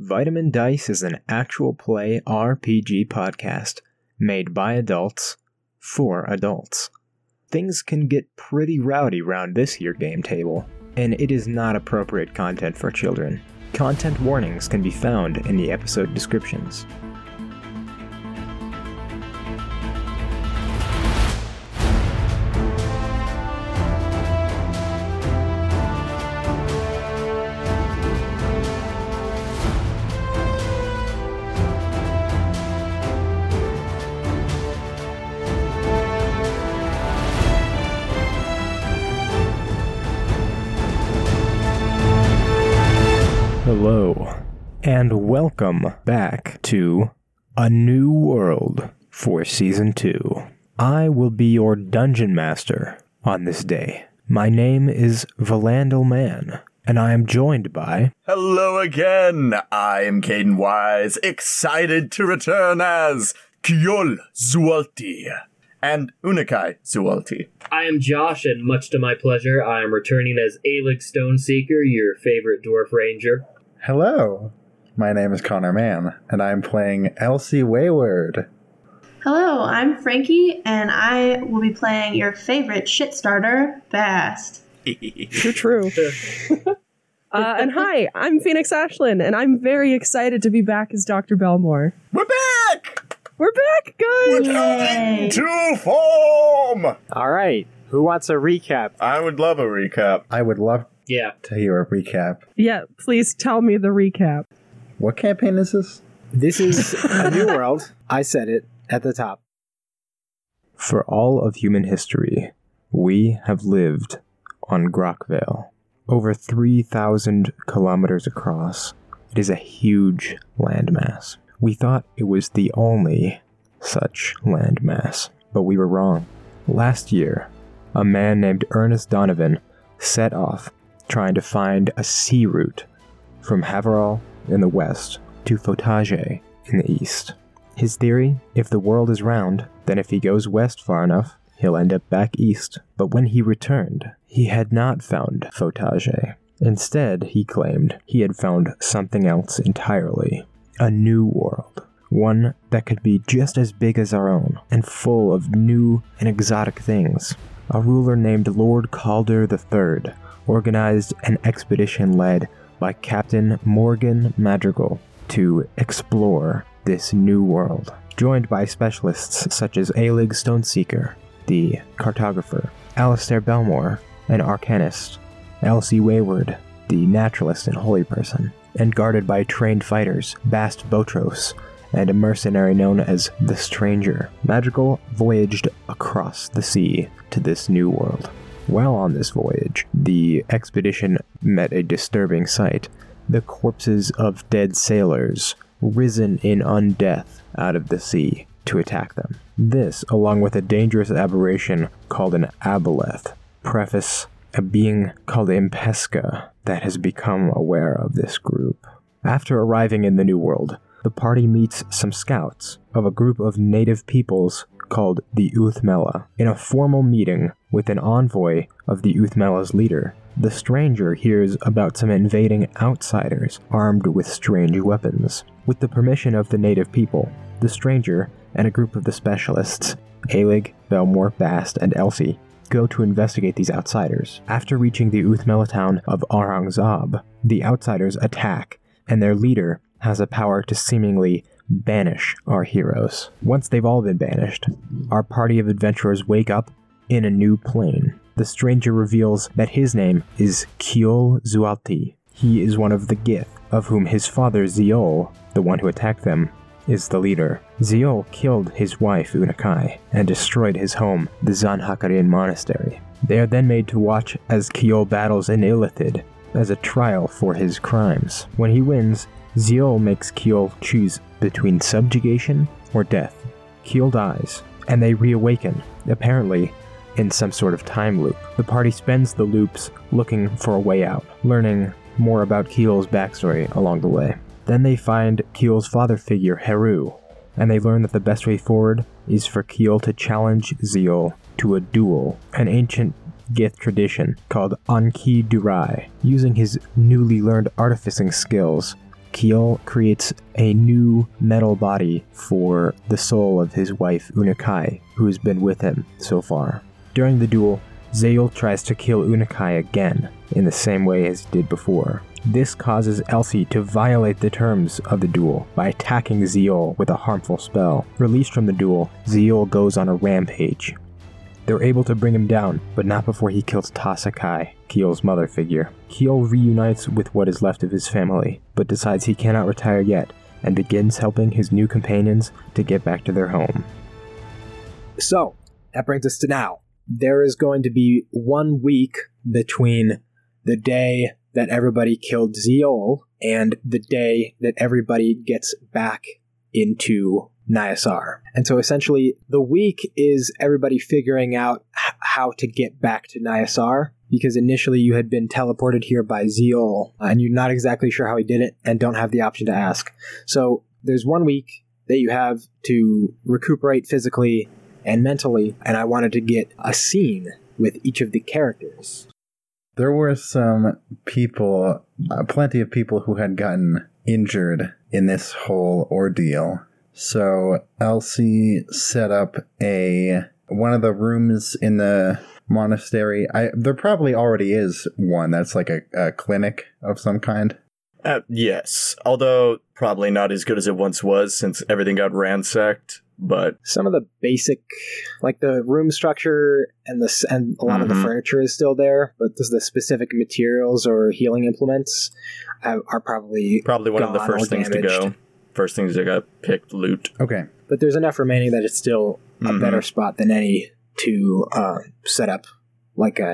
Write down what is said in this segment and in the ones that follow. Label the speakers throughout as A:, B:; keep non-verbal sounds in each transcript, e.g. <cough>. A: Vitamin Dice is an actual play RPG podcast made by adults for adults. Things can get pretty rowdy round this here game table, and it is not appropriate content for children. Content warnings can be found in the episode descriptions. Hello, and welcome back to A New World for Season 2. I will be your dungeon master on this day. My name is Valandal Man, and I am joined by.
B: Hello again. I am Caden Wise, excited to return as Kyol Zualti and Unakai Zualti.
C: I am Josh, and much to my pleasure, I am returning as Alec Stoneseeker, your favorite dwarf ranger.
D: Hello, my name is Connor Mann, and I'm playing Elsie Wayward.
E: Hello, I'm Frankie, and I will be playing your favorite shit starter, Bast.
F: You're true. Uh, and hi, I'm Phoenix Ashlyn, and I'm very excited to be back as Dr. Belmore.
B: We're back!
F: We're back, guys!
E: Yay!
B: To form!
G: All right. Who wants a recap?
B: I would love a recap.
D: I would love
C: Yeah,
D: to hear a recap.
F: Yeah, please tell me the recap.
D: What campaign is this?
G: This is A New World. I said it at the top.
A: For all of human history, we have lived on Grockvale, over 3,000 kilometers across. It is a huge landmass. We thought it was the only such landmass, but we were wrong. Last year, a man named Ernest Donovan set off trying to find a sea route from Haverall in the west to Fotage in the east. His theory if the world is round, then if he goes west far enough, he'll end up back east. But when he returned, he had not found Fotage. Instead, he claimed he had found something else entirely a new world. One that could be just as big as our own and full of new and exotic things. A ruler named Lord Calder III organized an expedition led by Captain Morgan Madrigal to explore this new world, joined by specialists such as Alig Stoneseeker, the cartographer, Alistair Belmore, an arcanist, Elsie Wayward, the naturalist and holy person, and guarded by trained fighters Bast Botros and a mercenary known as the Stranger. Madrigal voyaged across the sea to this new world. While on this voyage, the expedition met a disturbing sight the corpses of dead sailors risen in undeath out of the sea to attack them. This, along with a dangerous aberration called an aboleth, preface a being called Impesca that has become aware of this group. After arriving in the New World, the party meets some scouts of a group of native peoples called the Uthmela. In a formal meeting with an envoy of the Uthmela's leader, the stranger hears about some invading outsiders armed with strange weapons. With the permission of the native people, the stranger and a group of the specialists, Alig, Belmore, Bast, and Elsie, go to investigate these outsiders. After reaching the Uthmela town of Arangzab, the outsiders attack, and their leader has a power to seemingly banish our heroes. Once they've all been banished, our party of adventurers wake up in a new plane. The stranger reveals that his name is Kiol Zualti. He is one of the Gith, of whom his father Ziol, the one who attacked them, is the leader. Ziol killed his wife Unakai and destroyed his home, the Zanhakarin Monastery. They are then made to watch as Kiol battles in Illithid as a trial for his crimes. When he wins, Ziol makes Kiol choose between subjugation or death. Kiel dies, and they reawaken, apparently in some sort of time loop. The party spends the loops looking for a way out, learning more about Kiel's backstory along the way. Then they find Kiel's father figure, Heru, and they learn that the best way forward is for Kiel to challenge Ziol to a duel, an ancient Gith tradition called Anki Durai. Using his newly learned artificing skills, Kiel creates a new metal body for the soul of his wife Unakai, who has been with him so far. During the duel, Zael tries to kill Unakai again, in the same way as he did before. This causes Elsie to violate the terms of the duel by attacking Zeol with a harmful spell. Released from the duel, Zeol goes on a rampage. They're able to bring him down, but not before he kills Tasakai, Kiel's mother figure. Kiel reunites with what is left of his family, but decides he cannot retire yet and begins helping his new companions to get back to their home.
H: So that brings us to now. There is going to be one week between the day that everybody killed Zeol and the day that everybody gets back into Nyasar. And so essentially, the week is everybody figuring out h- how to get back to Nyasar because initially you had been teleported here by Zeol and you're not exactly sure how he did it and don't have the option to ask. So there's one week that you have to recuperate physically and mentally, and I wanted to get a scene with each of the characters.
I: There were some people, uh, plenty of people who had gotten injured in this whole ordeal. So Elsie set up a one of the rooms in the monastery. I there probably already is one that's like a, a clinic of some kind.
B: Uh, yes, although probably not as good as it once was since everything got ransacked. But
H: Some of the basic, like the room structure and the s- and a lot of the
B: Mhm.
H: furniture is still there, but this, the specific materials or healing implements uh, are probably.
B: probably one of the
H: Gone
B: first
H: or
B: things to go.
H: damaged.
B: First things that got picked, loot.
I: Okay.
H: But there's enough remaining that it's still a
B: Mhm.
H: better spot than any to uh, set up like a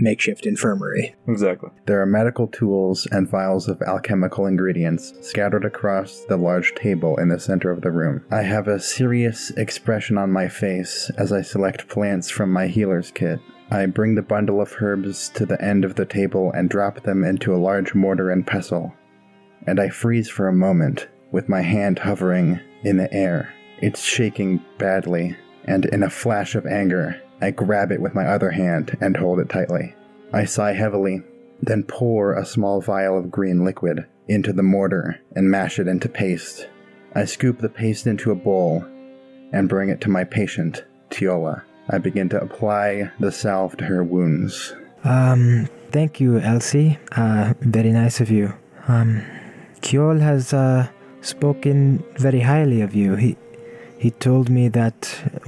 H: makeshift infirmary.
B: Exactly.
I: There are medical tools and vials of alchemical ingredients scattered across the large table in the center of the room. I have a serious expression on my face as I select plants from my healer's kit. I bring the bundle of herbs to the end of the table and drop them into a large mortar and pestle. And I freeze for a moment, with my hand hovering in the air. It's shaking badly, and in a flash of anger, I grab it with my other hand and hold it tightly. I sigh heavily then pour a small vial of green liquid into the mortar and mash it into paste. I scoop the paste into a bowl and bring it to my patient, Tiola. I begin to apply the salve to her wounds.
A: Um, thank you, Elsie. Uh, very nice of you. Um, Kiol has uh, spoken very highly of you. He he told me that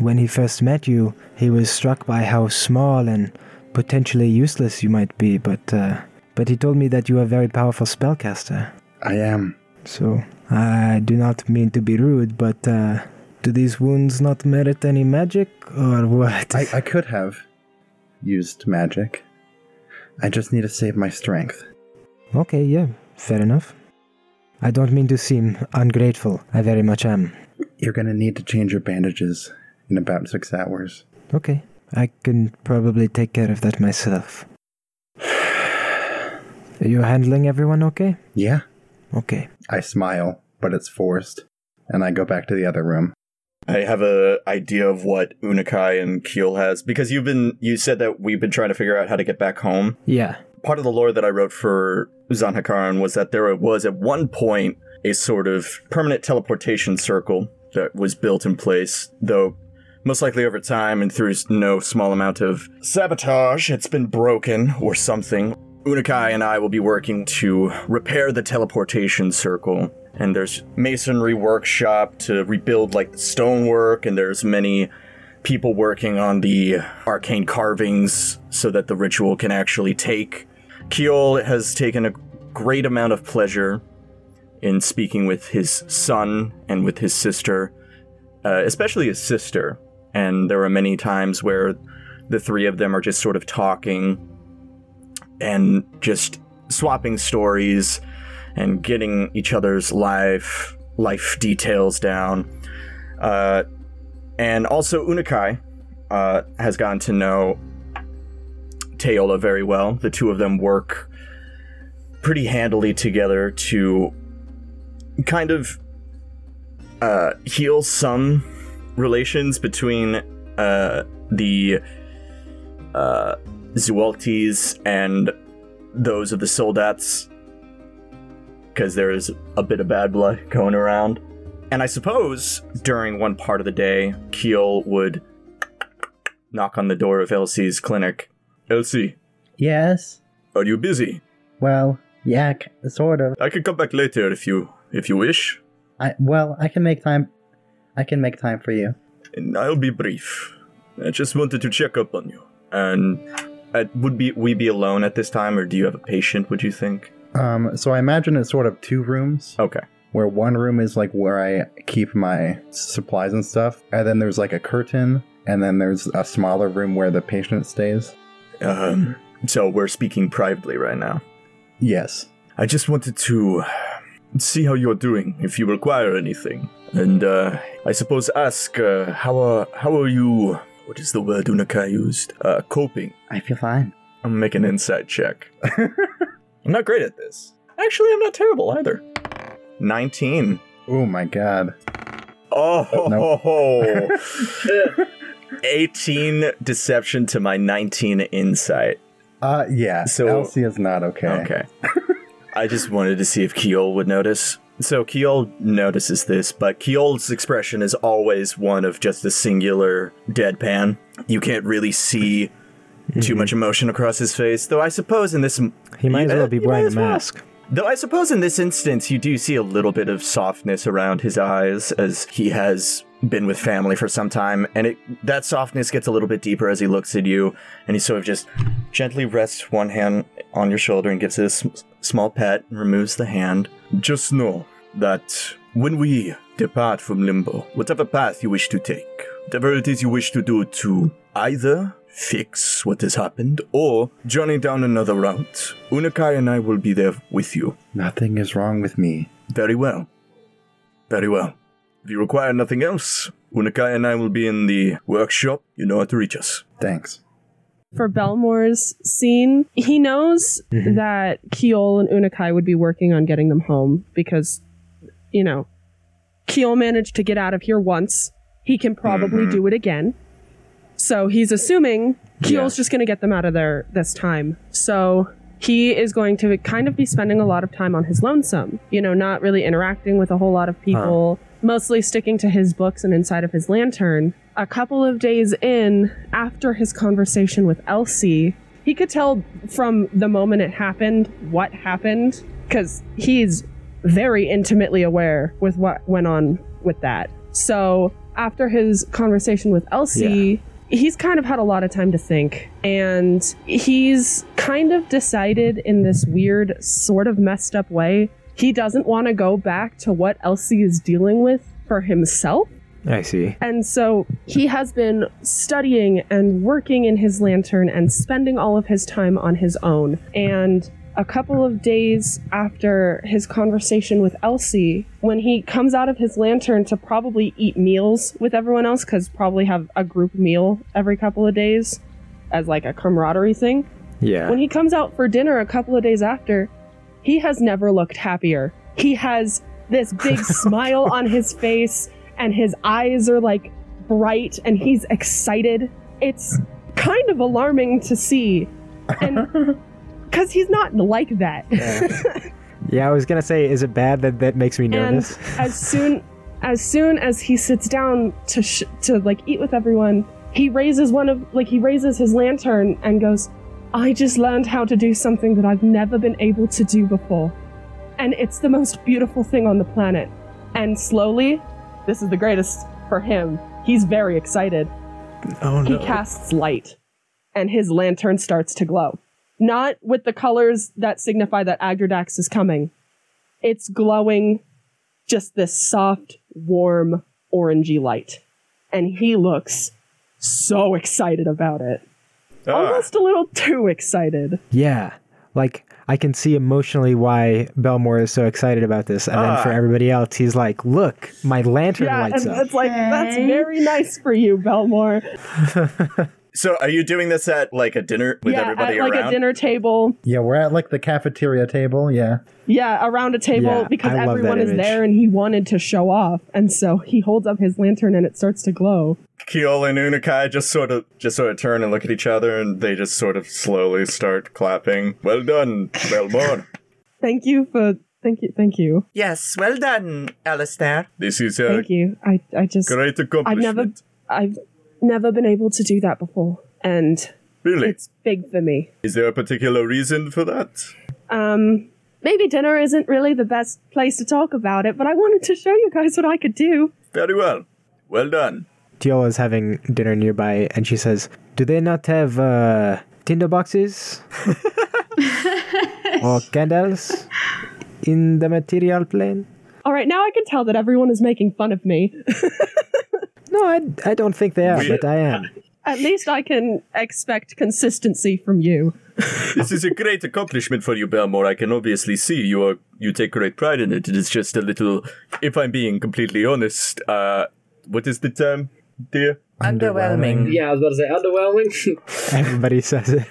A: when he first met you, he was struck by how small and potentially useless you might be. But uh, but he told me that you are a very powerful spellcaster.
I: I am.
A: So I do not mean to be rude, but uh, do these wounds not merit any magic or <laughs> what?
I: I, I could have used magic. I just need to save my strength.
A: Okay, yeah, fair enough. I don't mean to seem ungrateful. I very much am.
I: You're gonna need to change your bandages in about six hours.
A: Okay, I can probably take care of
J: <sighs>
A: that myself. Are you handling everyone okay?
I: Yeah?
A: Okay.
I: I smile, but it's forced, and I go back to the other room.
B: I have a idea of what Unakai and Kiel has because you've been you said that we've been trying to figure out how to get back home.
A: Yeah.
B: Part of the lore that I wrote for Zanhakaran was that there was at one point a sort of permanent teleportation circle that was built in place, though most likely over time and through no small amount of sabotage, it's been broken or something. Unakai and I will be working to repair the teleportation circle. And there's masonry workshop to rebuild like the stonework, and there's many people working on the arcane carvings so that the ritual can actually take. Kiol has taken a great amount of pleasure in speaking with his son and with his sister, uh, especially his sister. And there are many times where the three of them are just sort of talking and just swapping stories and getting each other's life life details down. Uh, and also Unakai uh, has gotten to know Teola very well. The two of them work pretty handily together to kind of uh, heal some relations between uh, the uh, Zualtis and those of the Soldats. because there is a bit of bad blood going around. And I suppose during one part of the day, Keel would knock on the door of Elsie's clinic. Elsie,
I: Yes.
B: are you busy?
I: Well, yeah, k- sort of.
B: I can come back later if you if you wish,
I: I well, I can make time. I can make time for you.
B: and I'll be brief. I just wanted to check up on you. And uh, would be we be alone at this time, or do you have a patient? Would you think?
I: Um, so I imagine it's sort of two rooms.
B: Okay.
I: where one room is like where I keep my supplies and stuff, and then there's like a curtain, and then there's a smaller room where the patient stays.
B: Um, so we're speaking privately right now.
I: Yes.
B: I just wanted to see how you're doing, if you require anything, and uh, I suppose ask uh, how are how are you? What is the word Unakai used? Uh, coping.
I: I feel fine.
B: I'm gonna make an insight check. <laughs> I'm not great at this. Actually, I'm not terrible either. Nineteen.
I: Oh my god.
B: Oh,
I: No.
B: ho,
J: Uh,
B: ho, <laughs> ho. 18 deception to my 19 insight.
I: Uh yeah.
B: So-
I: So Elsie is not okay.
B: Okay. I just wanted to see if Keol would notice. So Keol notices this, but Keol's expression is always one of just a singular deadpan. You can't really see too much emotion across his face, though I suppose in this
J: Mm-hmm. He might as
B: Yeah,
J: well be
B: you might
J: wearing a
B: as well.
J: mask.
B: Though I suppose in this instance you do see a little bit of softness around his eyes as he has been with family for some time and it that softness gets a little bit deeper as he looks at you and he sort of just gently rests one hand on your shoulder and gives it a sm- small pat and removes the hand. Just know that when we depart from Limbo, whatever path you wish to take, whatever it is you wish to do to either fix what has happened or journey down another route, Unakai and I will be there with you.
I: Nothing is wrong with me.
B: Very well. Very well. If you require nothing else, Unakai and I will be in the workshop. You know how to reach us.
I: Thanks.
F: for Belmore's scene, he knows
J: Mhm.
F: that Keol and Unakai would be working on getting them home because, you know, Keol managed to get out of here once. He can probably do it again. So he's assuming Keel's just going to get them out of there this time. So he is going to kind of be spending a lot of time on his lonesome, you know, not really interacting with a whole lot of people, mostly sticking to his books and inside of his lantern. A couple of days in, after his conversation with Elsie, he could tell from the moment it happened what happened because he's very intimately aware with what went on with that. So after his conversation with Elsie, he's kind of had a lot of time to think. And he's kind of decided in this weird, sort of messed up way, he doesn't want to go back to what Elsie is dealing with for himself.
J: I see.
F: And so he has been studying and working in his lantern and spending all of his time on his own. And a couple of days after his conversation with Elsie, when he comes out of his lantern to probably eat meals with everyone else, because probably have a group meal every couple of days as like a camaraderie thing,
J: Yeah.
F: when he comes out for dinner a couple of days after, he has never looked happier. He has this big smile on his face, and his eyes are like bright, and he's excited. It's kind of alarming to see. And because he's not like that.
J: Yeah, I was gonna say, is it bad that that makes me
F: and
J: nervous?
F: as soon as soon as he sits down to sh- to like eat with everyone he raises one of like he raises his lantern and goes i just learned how to do something that i've never been able to do before and it's the most beautiful thing on the planet and slowly this is the greatest for him he's very excited
J: oh
F: he casts light and his lantern starts to glow not with the colors that signify that agradax is coming it's glowing just this soft warm orangey light and he looks so excited about it
B: Ah.
F: almost a little too excited
J: Yeah. Like I can see emotionally why Belmore is so excited about this, and then for everybody else, he's like, "Look, my lantern
F: Ah. yeah
J: lights
F: and
J: up."
F: it's like that's
E: Okay.
F: very nice for you belmore
B: So, are you doing this at like a dinner with
F: yeah
B: everybody
F: at like
B: around?
F: a dinner table
I: Yeah, we're at like the cafeteria table. Yeah.
F: Yeah, around a table
J: Yeah,
F: because
J: I love that
F: everyone is
J: image.
F: there and he wanted to show off. And so he holds up his lantern and it starts to glow.
B: Keol and Unakai just sort of just sort of turn and look at each other, and they
F: <laughs>
B: just sort of slowly start clapping. Well done, Belmore.
F: Thank you for Thank you. Thank you.
B: Yes, well done, Alistair. This is a
F: Thank you. I, I just,
B: great accomplishment.
F: I've never, I've never been able to do that before. And
B: Really?
F: it's big for me.
B: Is there a particular reason for that?
F: Um, maybe dinner isn't really the best place to talk about it, but I wanted to show you guys what I could do.
B: Very well. Well done.
J: Diola is having dinner nearby, and she says, "Do they not have uh, tinder boxes or candles in the material plane?"
F: All right, now I can tell that everyone is making fun of me.
J: No, I, I don't think they are,
B: We-
J: but I am.
F: At least I can expect consistency from you.
B: This is a great accomplishment for you, Belmore. I can obviously see you are you take great pride in it. It is just a little if I'm being completely honest, uh what is the term, dear?
J: Underwhelming.
C: Yeah, I was about to say underwhelming. <laughs>
J: Everybody says it.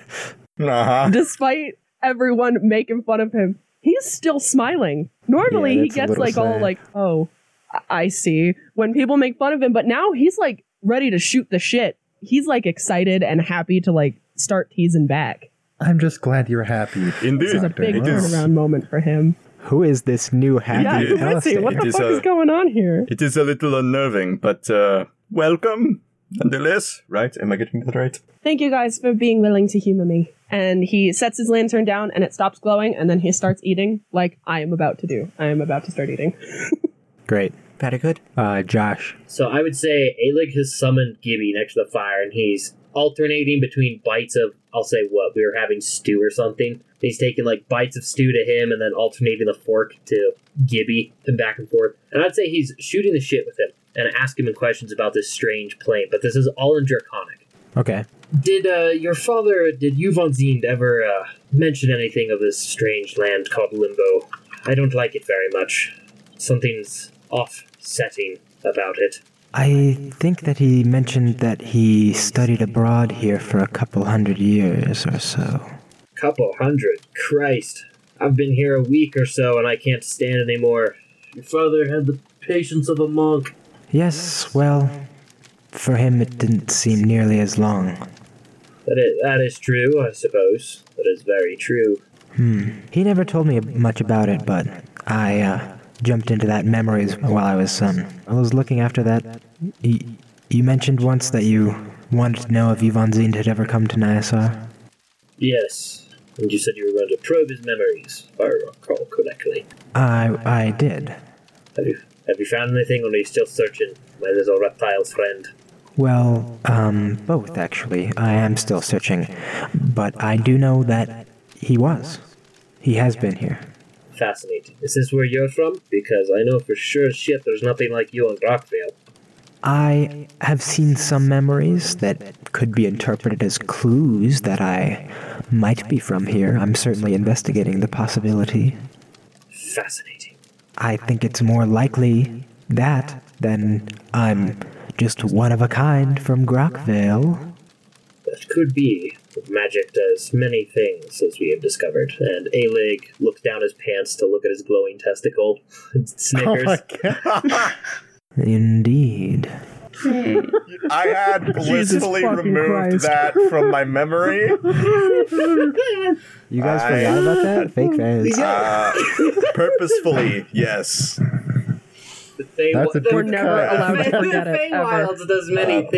B: Uh-huh.
F: Despite everyone making fun of him, he's still smiling. Normally,
J: Yeah,
F: he
J: that's a
F: gets
J: little
F: like all
J: sad.
F: like, "Oh, I- I see." When people make fun of him, but now he's like ready to shoot the shit. He's like excited and happy to like start teasing back.
I: I'm just glad you're happy.
B: Indeed.
F: This is a
I: Doctor
F: big
I: It is-
F: turnaround moment for him.
J: Who is this new happy
F: Yeah, who is he?
J: Alistair?
F: What
B: It
F: the
B: is
F: fuck
B: a-
F: is going on here?
B: It is a little unnerving, but uh welcome nonetheless, right? Am I getting that right?
F: Thank you guys for being willing to humor me. And he sets his lantern down and it stops glowing and then he starts eating like I am about to do. I am about to start eating.
J: Great.
A: Very good.
J: Uh, Josh.
C: So I would say Alig has summoned Gibby next to the fire, and he's alternating between bites of I'll say what we were having stew or something. He's taking like bites of stew to him, and then alternating the fork to Gibby and back and forth. And I'd say he's shooting the shit with him and asking him questions about this strange plane. But this is all in Draconic.
J: Okay.
C: Did uh, your father, did you von Zeen ever uh, mention anything of this strange land called Limbo? I don't like it very much. Something's off-setting about it.
A: I think that he mentioned that he studied abroad here for a couple hundred years or so.
C: couple hundred. Christ. I've been here a week or so and I can't stand anymore. Your father had the patience of a monk.
A: Yes, well, for him it didn't seem nearly as long.
C: That is, that is true, I suppose. That is very true.
A: He never told me much about it, but I uh, jumped into that memories while I was son. I was looking after that. Y- you mentioned once that you wanted to know if Yvonne Zine had ever come to Nyasar.
C: Yes. And you said you were going to probe his memories, if I recall correctly.
A: I I did.
C: Have you, have you found anything or are you still searching, my little reptile friend?
A: Well, um, both actually. I am still searching, but I do know that he was. He has been here.
C: Fascinating. Is this where you're from? Because I know for sure as shit there's nothing like you in Rockville.
A: I have seen some memories that could be interpreted as clues that I might be from here. I'm certainly investigating the possibility.
C: Fascinating.
A: I think it's more likely that than I'm just one of a kind from Grockvale.
C: That could be. Magic does many things, as we have discovered. And A-Lig looked down his pants to look at his glowing testicle <laughs> and
I: Oh
C: snickers.
A: Indeed.
E: Wait.
B: I had blissfully
F: fucking
B: removed
F: Christ.
B: that from my memory.
J: You guys
B: I-
J: forgot about that? Fake fans.
B: Uh, purposefully, yes.
C: The Fey-
I: That's a
C: the-
F: We're
I: Good
F: never
B: call.
F: allowed to
C: the
F: forget it ever.
C: Feywilds does many things.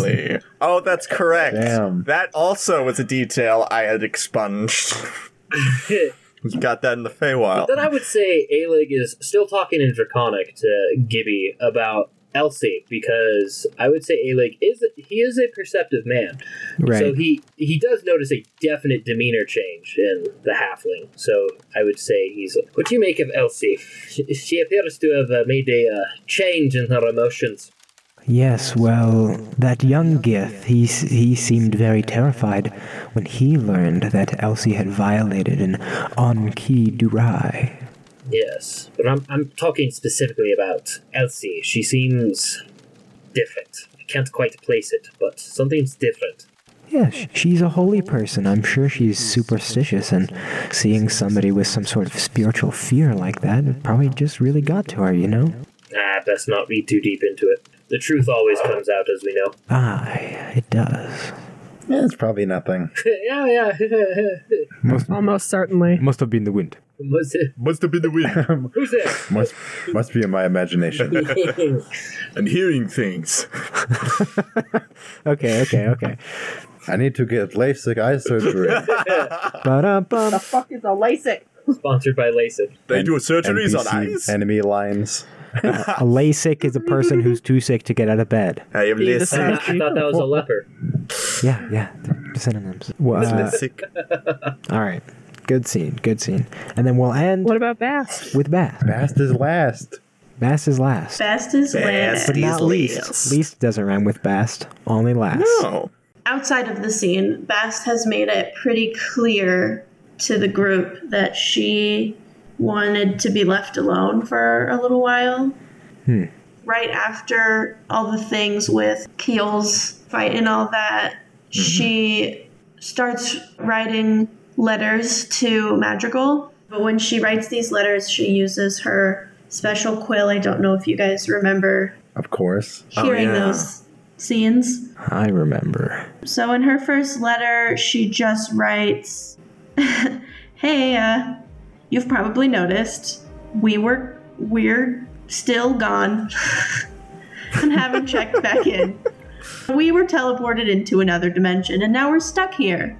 B: Apparently. Oh, that's correct.
I: Damn.
B: That also was a detail I had expunged. <laughs>
C: <laughs>
B: We Got that in the Feywild.
C: Then I would say A-Lig is still talking in Draconic to Gibby about Elsie, because I would say A-Lig is, he is a perceptive man.
J: Right.
C: So he he does notice a definite demeanor change in the halfling. So I would say he's. What do you make of Elsie? She, she appears to have uh, made a uh, change in her emotions.
A: Yes, well, that young Gith, he, s- he seemed very terrified when he learned that Elsie had violated an Anki Durai.
C: Yes, but I'm I'm talking specifically about Elsie. She seems different. I can't quite place it, but something's different.
A: Yeah, sh- she's a holy person. I'm sure she's superstitious, and seeing somebody with some sort of spiritual fear like that it probably just really got to her, you know?
C: Ah, best not read too deep into it. The truth always comes out, as we know.
A: Ah, it does.
I: <laughs> Yeah, it's probably nothing.
C: <laughs> yeah, yeah.
J: Must,
F: Almost certainly.
J: must have been the wind.
C: What's it?
B: Must have been the wind. <laughs>
C: Who's
I: <laughs>
C: that?
I: must must be in my imagination.
B: I'm hearing things.
A: Okay, okay, okay.
I: I need to get LASIK
B: <laughs>
I: eye surgery.
F: <laughs>
A: Ba-dum-bum.
E: Fuck is a LASIK.
C: Sponsored by LASIK.
B: They
I: And-
B: do surgeries on
I: NPC
B: eyes.
I: Enemy lines.
A: A LASIK is a person who's too sick to get out of bed.
B: I am
F: Be the
C: I,
B: LASIK.
F: same.
B: <laughs>
C: thought- Uh, I thought that was a leper.
A: Yeah, yeah. they're Synonyms. Well, uh,
B: LASIK.
A: all right. Good scene. Good scene. And then we'll end
F: What about Bass?
A: with Bass.
I: Fast is last.
A: Bass is last.
E: Best is last.
A: but not least. Least doesn't rhyme with best. Only last.
B: Oh,
E: Outside of the scene, Bast has made it pretty clear to the group that she wanted to be left alone for a little while. Right after all the things with Keel's fight and all that, she starts writing letters to Madrigal. But when she writes these letters, she uses her special quill. I don't know if you guys remember
I: Of course.
E: hearing
B: yeah.
E: those scenes.
A: Oh, I remember.
E: So in her first letter, she just writes, <laughs> "Hey, uh, you've probably noticed we were we're still gone <laughs> and haven't checked back in. We were teleported into another dimension and now we're stuck here."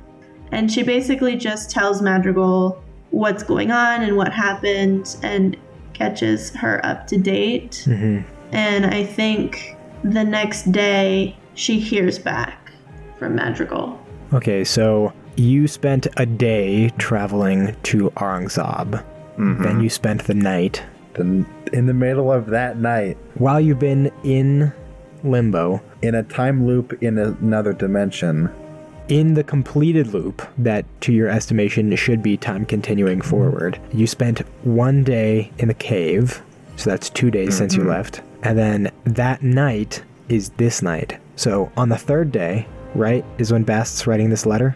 E: And she basically just tells Madrigal what's going on and what happened and catches her up to date. And I think the next day she hears back from Madrigal.
A: Okay, so you spent a day traveling to Aurangzeb. Then you spent the night.
I: Then in the middle of that night,
A: While you've been in limbo,
I: in a time loop in another dimension,
A: in the completed loop that to your estimation should be time continuing forward you spent one day in the cave so that's two days since you left and then that night is this night so on the third day right is when bast's writing this letter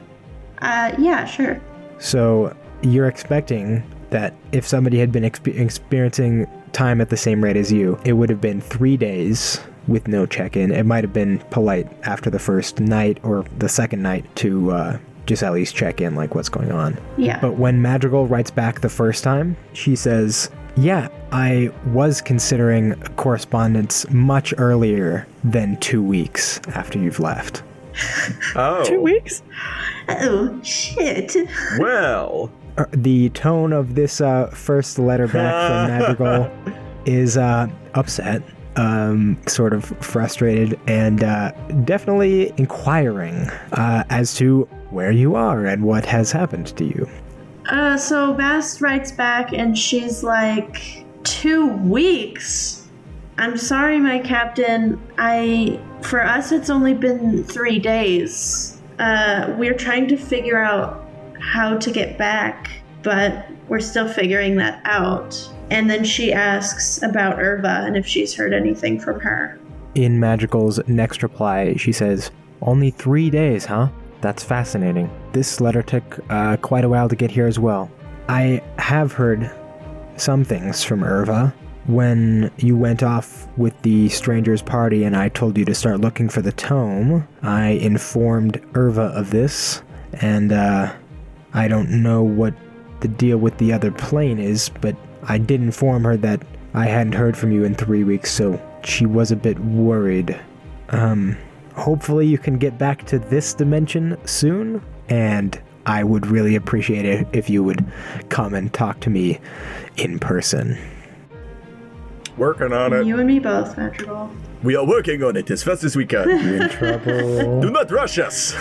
E: Uh, yeah, sure.
A: so you're expecting that if somebody had been expe- experiencing time at the same rate as you, it would have been three days with no check-in. It might have been polite after the first night or the second night to uh, just at least check in, like what's going on.
E: Yeah.
A: But when Madrigal writes back the first time, she says, Yeah, I was considering correspondence much earlier than two weeks after you've left.
I: Oh.
F: Two weeks?
E: Oh, shit.
B: well.
A: Uh, the tone of this uh, first letter back from Madrigal is uh, upset, um, sort of frustrated, and uh, definitely inquiring uh, as to where you are and what has happened to you.
E: Uh, so Bast writes back and she's like, Two weeks? I'm sorry, my captain. I. For us, it's only been three days. Uh, we're trying to figure out how to get back, but we're still figuring that out. And then she asks about Irva and if she's heard anything from her.
A: In Madrigal's next reply, she says, Only three days, huh? That's fascinating. This letter took uh, quite a while to get here as well. I have heard some things from Irva. When you went off with the stranger's party and I told you to start looking for the tome, I informed Irva of this, and uh, I don't know what the deal with the other plane is, but I did inform her that I hadn't heard from you in three weeks, so she was a bit worried. Um, hopefully, you can get back to this dimension soon, and I would really appreciate it if you would come and talk to me in person.
B: Working on it.
E: You and me both, Madrigal.
B: We are working on it as fast as we can.
I: <laughs> you're in trouble.
B: do not rush us.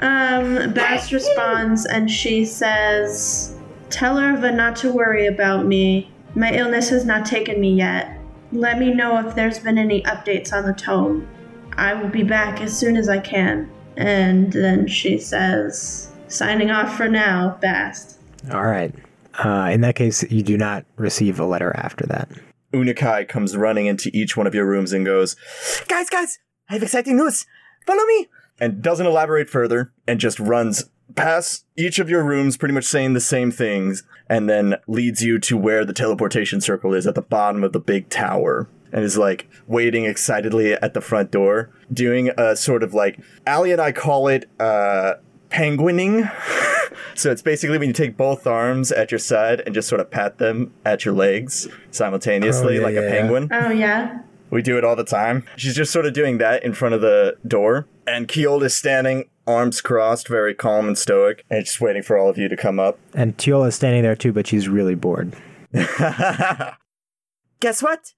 E: Um, Bass responds and she says, Tell Irva not to worry about me. My illness has not taken me yet. Let me know if there's been any updates on the tome. I will be back as soon as I can. And then she says, Signing off for now, Bast.
A: All right. Uh, in that case, you do not receive a letter after that.
B: Unakai comes running into each one of your rooms and goes, Guys, guys, I have exciting news. Follow me. And doesn't elaborate further and just runs past each of your rooms, pretty much saying the same things, and then leads you to where the teleportation circle is at the bottom of the big tower. And is like waiting excitedly at the front door, doing a sort of like, Ali and I call it, uh, penguining. <laughs> so it's basically when you take both arms at your side and just sort of pat them at your legs simultaneously,
I: Oh, yeah,
B: like
I: yeah,
B: a
I: yeah.
B: penguin.
E: Oh yeah.
B: We do it all the time. She's just sort of doing that in front of the door. And Keold is standing, arms crossed, very calm and stoic, and just waiting for all of you to come up. <laughs>
A: And Tiola is standing there too, but she's really bored.
B: Guess what?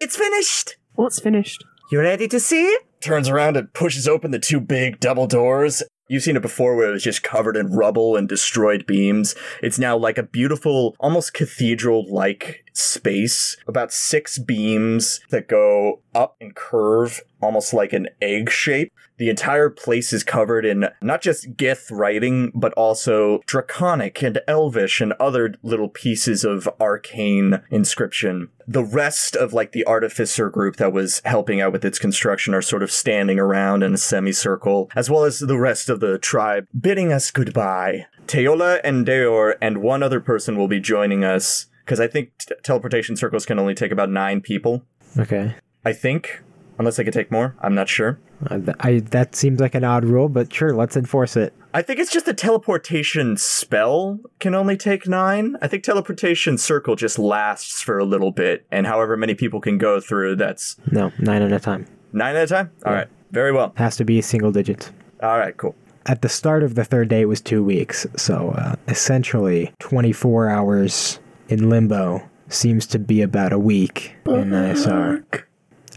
B: It's finished!
F: Well, it's finished.
A: You ready to see?
B: Turns around and pushes open the two big double doors. You've seen it before where it was just covered in rubble and destroyed beams. It's now like a beautiful, almost cathedral like space. About six beams that go up and curve, almost like an egg shape. The entire place is covered in not just Gith writing, but also Draconic and Elvish and other little pieces of arcane inscription. The rest of like the artificer group that was helping out with its construction are sort of standing around in a semicircle, as well as the rest of the tribe bidding us goodbye. Teola and Deor and one other person will be joining us because I think t- teleportation circles can only take about nine people.
A: Okay.
B: I think, unless they could take more. I'm not sure.
A: Uh, th- I, that seems like an odd rule, but sure, let's enforce it.
B: I think it's just the teleportation spell can only take nine. I think teleportation circle just lasts for a little bit, and however many people can go through, that's
A: No, nine at a time.
B: nine at a time. All right, very well.
A: Has to be single digits.
B: All right, cool.
A: At the start of the third day, it was two weeks. So uh, essentially, 24 hours in limbo seems to be about a week in ISR.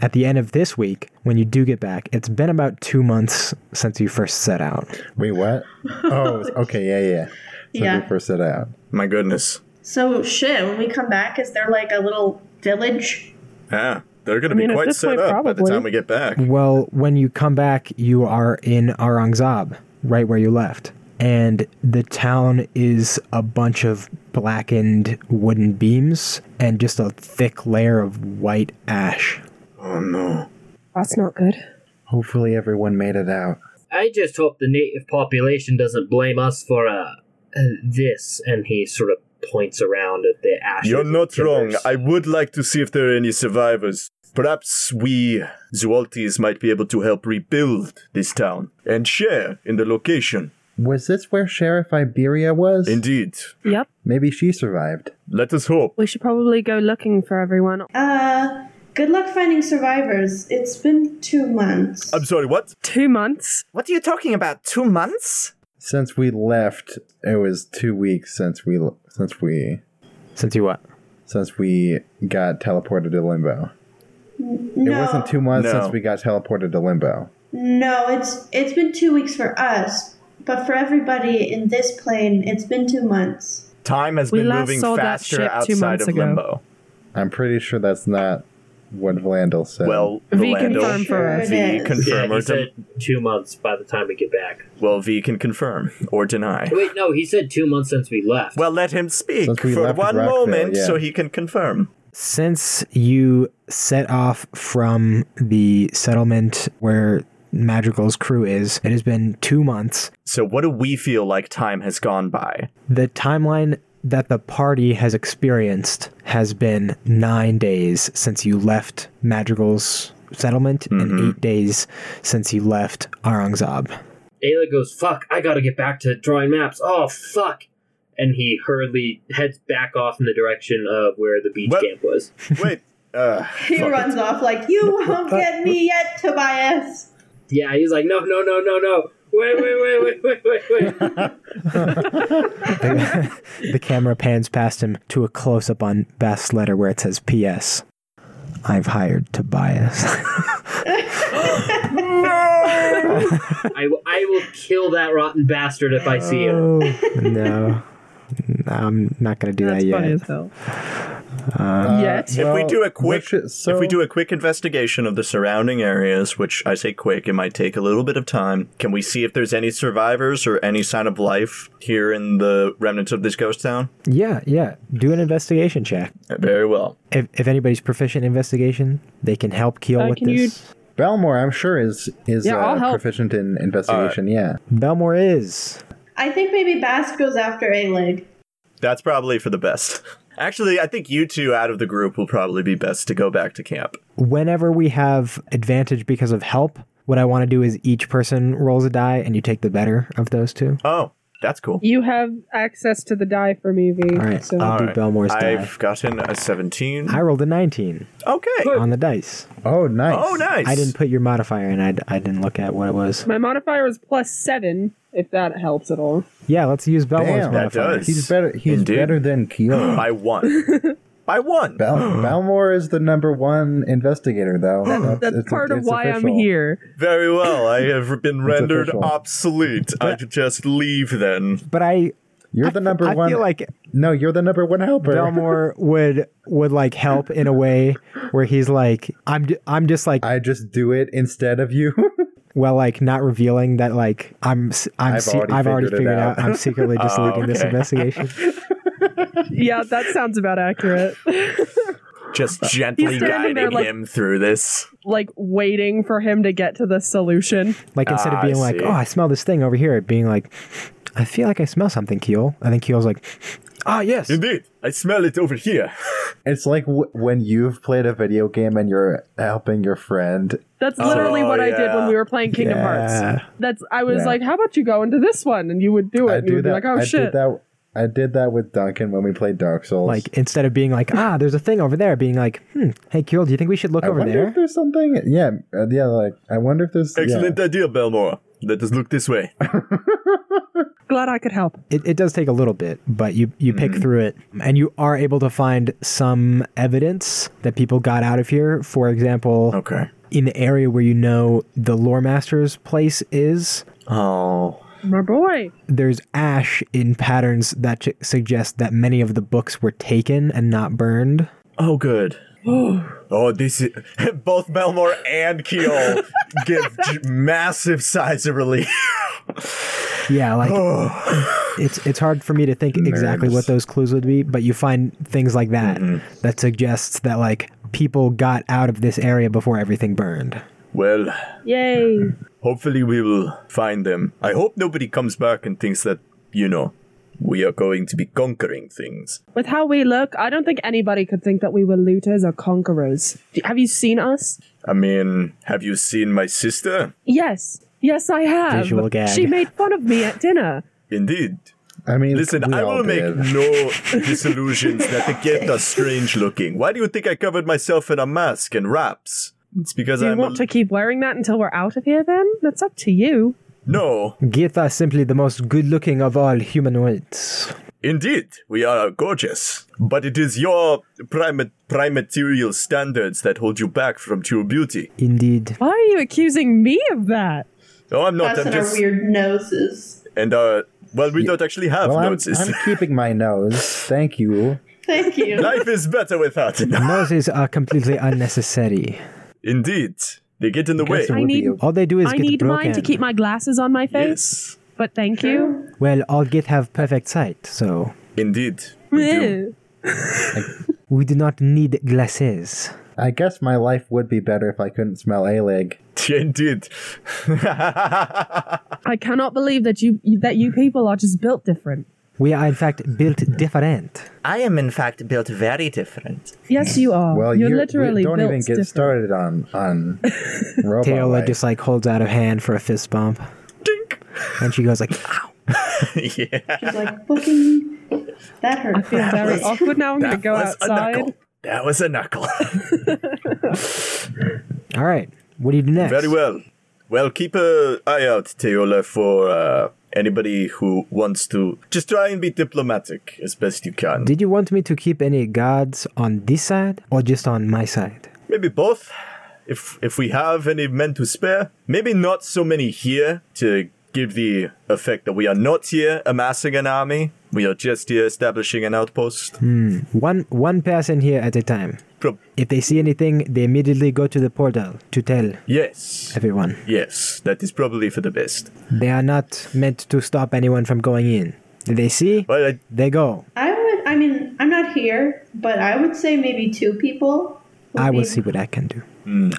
A: At the end of this week, when you do get back, it's been about two months since you first set out.
B: <laughs>
I: Wait, what? Oh, okay, yeah, yeah. So
E: Yeah.
I: we first set out.
B: My goodness.
E: So shit, when we come back, is there like a little village?
B: Yeah, they're going to
F: I mean, at this point, probably.
B: get back.
A: Well, when you come back, you are in Arangzab, right where you left. And the town is a bunch of blackened wooden beams and just a thick layer of white ash.
B: Oh no.
F: That's not good.
I: Hopefully, everyone made it out.
C: I just hope the native population doesn't blame us for uh, this. And he sort of points around at the ashes.
B: You're
C: and
B: not wrong.
C: timbers.
B: I would like to see if there are any survivors. Perhaps we Zualtis might be able to help rebuild this town and share in the location.
I: Was this where Sheriff Iberia was?
B: Indeed.
F: Yep.
I: Maybe she survived.
B: Let us hope.
F: We should probably go looking for everyone.
E: Uh, good luck finding survivors. It's been two months.
I: Uh,
B: I'm sorry, what?
F: Two months.
B: What are you talking about? Two months?
I: Since we left, it was two weeks since we since we
A: Since you what?
I: since we got teleported to limbo.
E: no,
I: It wasn't two months
B: No.
I: since we got teleported to limbo.
E: No, it's it's been two weeks for us, but for everybody in this plane, it's been two months. <laughs>
B: Time has
F: We
B: been
F: last
B: moving
F: saw that
B: faster
F: ship two
B: outside
F: months
B: of
F: ago.
B: Limbo.
I: I'm pretty sure that's not what Vlandel said.
B: Well,
F: V
B: Rolando-
F: confirmed for us.
E: Sure
B: V
E: it is.
C: Yeah,
B: confirm
C: he
B: or
C: said
B: de-
C: two months by the time we get back.
B: well, V can confirm or deny.
C: Wait, no, he said two months since we left.
B: Well, let him speak
I: Since we
B: for
I: left
B: one
I: Rockville,
B: moment
I: yeah.
B: so he can confirm.
A: Since you set off from the settlement where Madrigal's crew is, it has been two months.
B: So, what do we feel like time has gone by?
A: The timeline that the party has experienced has been nine days since you left Madrigal's settlement and eight days since you left Arangzab.
C: Ayla goes, fuck, I gotta get back to drawing maps. Oh, fuck. And he hurriedly heads back off in the direction of where the beach
B: What?
C: camp was.
B: <laughs> Wait. Uh,
E: He runs off like
A: <laughs>
E: you won't get me yet, Tobias.
C: Yeah, he's like, no, no, no, no, no. Wait, wait, wait, wait, wait, wait, wait.
A: The, the camera pans past him to a close up on Beth's letter where it says, P.S. I've hired <laughs> Tobias.
C: I, will- I will kill that rotten bastard if I see him.
A: Oh no. I'm not gonna do
F: That's
A: that
F: funny
A: yet.
F: as hell.
I: Uh,
F: Yet.
B: if we do a quick,
I: which is- so-
B: if we do a quick investigation of the surrounding areas, which I say quick, it might take a little bit of time. Can we see if there's any survivors or any sign of life here in the remnants of this ghost town?
A: Yeah, yeah. Do an investigation check.
B: Very well.
A: If, if anybody's proficient in investigation, they can help Keel
F: Uh,
A: with
F: can you-
A: this.
I: Belmore, I'm sure is is
F: Yeah, I'll
I: uh,
F: help.
I: proficient in investigation.
B: Uh,
I: Yeah,
A: Belmore is.
E: I think maybe Bast goes after a leg.
B: That's probably for the best. <laughs> Actually, I think you two out of the group will probably be best to go back to camp.
A: Whenever we have advantage because of help, What I want to do is each person rolls a die and you take the better of those two.
B: Oh, that's cool.
F: You have access to the die for me, V.
A: All right,
F: So
A: I'll do
B: Alright,
A: Belmore's die.
B: I've gotten a 17.
A: I rolled a 19
B: Okay.
A: on the dice.
I: Oh, nice.
B: Oh, nice.
A: I
B: <gasps>
A: didn't put your modifier in. I, d- I didn't look at what it was.
F: my modifier is plus seven, if that helps at all.
A: Yeah, let's use Belmore's
I: Damn. That
A: modifier.
B: does.
I: He's better. He's
B: Indeed.
I: better
B: <gasps>
I: than Keel.
B: By one. <laughs> By one.
I: Bal- Balmore is the number one investigator,
F: <gasps>
I: though. That's,
F: That's
I: it's-
F: part of
I: it's
F: why I'm
I: official.
F: here.
B: Very well. I have been rendered
I: official.
B: obsolete. I could just leave then.
A: But I,
I: You're the number
A: I
I: one.
A: feel like
I: no, you're the number one helper.
A: Belmore would would like help in a way where he's like, I'm j- I'm just like,
I: <laughs> I just do it instead of you. <laughs>
A: well, like not revealing that like I'm s- I'm
I: I've
A: se-
I: already
A: I've already
I: figured it
A: figured out.
I: out.
A: I'm secretly just
B: Oh,
A: leading this
B: okay.
A: investigation.
F: Yeah, that sounds about
I: <laughs>
F: accurate.
B: Just gently
F: He's standing
B: guiding
F: there like-
B: him through this.
F: like waiting for him to get to the solution.
A: Like instead
B: Ah,
A: of
B: I
A: being like,
B: see.
A: oh, I smell this thing over here, it being like, I feel like I smell something, Keel. I think Keel's like, ah, yes.
B: Indeed. I smell it over here.
I: it's like w- when you've played a video game and you're helping your friend.
F: That's literally what I did
B: yeah.
F: when we were playing Kingdom
A: Yeah.
F: Hearts. That's I was
I: Oh, Yeah.
F: like, how about you go into this one, and you would do it.
I: I
F: you
I: do
F: would
I: that.
F: be like, oh
I: I
F: shit.
I: did that. I did that with Duncan when we played Dark Souls.
A: Like instead of being like, ah, there's a thing over there, being like, hmm, hey, Keel, do you think we should look
I: I
A: over
I: wonder
A: there?
I: if there's something. Yeah, uh, yeah. Like, I wonder if there's. yeah.
B: Excellent idea, Belmore. Let us look this way.
F: Glad I could help.
A: it, it does take a little bit, but you, you pick through it and you are able to find some evidence that people got out of here. For example,
B: Okay.
A: in the area where you know the lore master's place is,
B: Oh.
F: My boy.
A: there's ash in patterns that ch- suggest that many of the books were taken and not burned.
B: Oh, good. oh, this is. <laughs> Both Belmore and Keel give j- massive sighs of relief. <sighs>
A: Yeah, like
B: <laughs>
A: it's it's hard for me to think exactly what those clues would be, but you find things like that that suggests that like people got out of this area before everything burned.
B: Well,
F: Yay.
B: hopefully we will find them. I hope nobody comes back and thinks that, you know, we are going to be conquering things.
F: With how we look, I don't think anybody could think that we were looters or conquerors. D- Have you seen us?
B: I mean, have you seen my sister?
F: Yes. Yes, I have.
A: Visual gag.
F: She made fun of me at dinner.
B: Indeed.
I: I mean,
B: Listen,
I: we
B: I
I: all
B: will make
I: did.
B: no disillusions that the gift are strange looking. Why do you think I covered myself in a mask and wraps? It's because
F: Do you
B: I'm
F: want
B: a-
F: to keep wearing that until we're out of here then? That's up to you.
B: no.
A: Githa is simply the most good-looking of all humanoids.
B: Indeed, we are gorgeous, but it is your prima- primaterial standards that hold you back from true beauty.
A: Indeed.
F: Why are you accusing me of that?
B: No, Oh, I'm not.
E: Us
B: I'm
E: and our
B: just
E: weird noses.
B: and uh, well, we don't actually have
I: Well, I'm,
B: noses.
I: I'm keeping my nose. Thank you.
E: Thank
A: <laughs>
B: <laughs>
E: you.
B: Life is better without it.
A: Noses are completely unnecessary.
B: Indeed, they get in the way.
I: Guess it would
F: I
I: be
F: need-
I: a-
A: All they do is
F: I
A: get
F: need
A: broken.
F: mine to keep my glasses on my
B: Yes,
F: face, but thank you.
A: well, all Gith have perfect sight, so
B: indeed. <laughs> We do.
A: we do not need glasses.
I: I guess my life would be better if I couldn't smell a leg.
B: Indeed.
F: I cannot believe that you that you people are just built different.
A: We are in fact built different.
K: I am, in fact, built very different.
F: Yes, you are.
I: Well,
F: you're,
I: you're- we
F: literally
I: don't
F: built
I: even get
F: different.
I: started on
F: <laughs>
I: on robot
A: Taylor
I: life.
A: just like holds out her hand for a fist bump. And she goes like, <laughs> ow.
B: <laughs> yeah.
E: She's like, booking. That hurt.
F: I feel very awkward now. I'm going to
B: That
F: go
B: was a
F: outside.
B: knuckle. That was a knuckle. <laughs>
A: All right, what do you do next?
B: Very well. Well, keep a eye out, Teola, for uh, anybody who wants to. Just try and be diplomatic as best you can.
A: Did you want me to keep any guards on this side or just on my side?
B: Maybe both. If if we have any men to spare, maybe not so many here to give the effect that we are not here amassing an army. We are just here establishing an outpost.
A: One one person here at a time.
B: Prob-
A: If they see anything, they immediately go to the portal to tell
B: yes,
A: everyone.
B: yes, that is probably for the best.
A: They are not meant to stop anyone from going in. If they see,
B: Well, I,
A: they go.
E: I would, I mean, I'm not here, but I would say maybe two people. would
A: I will
E: be-
A: see what I can do.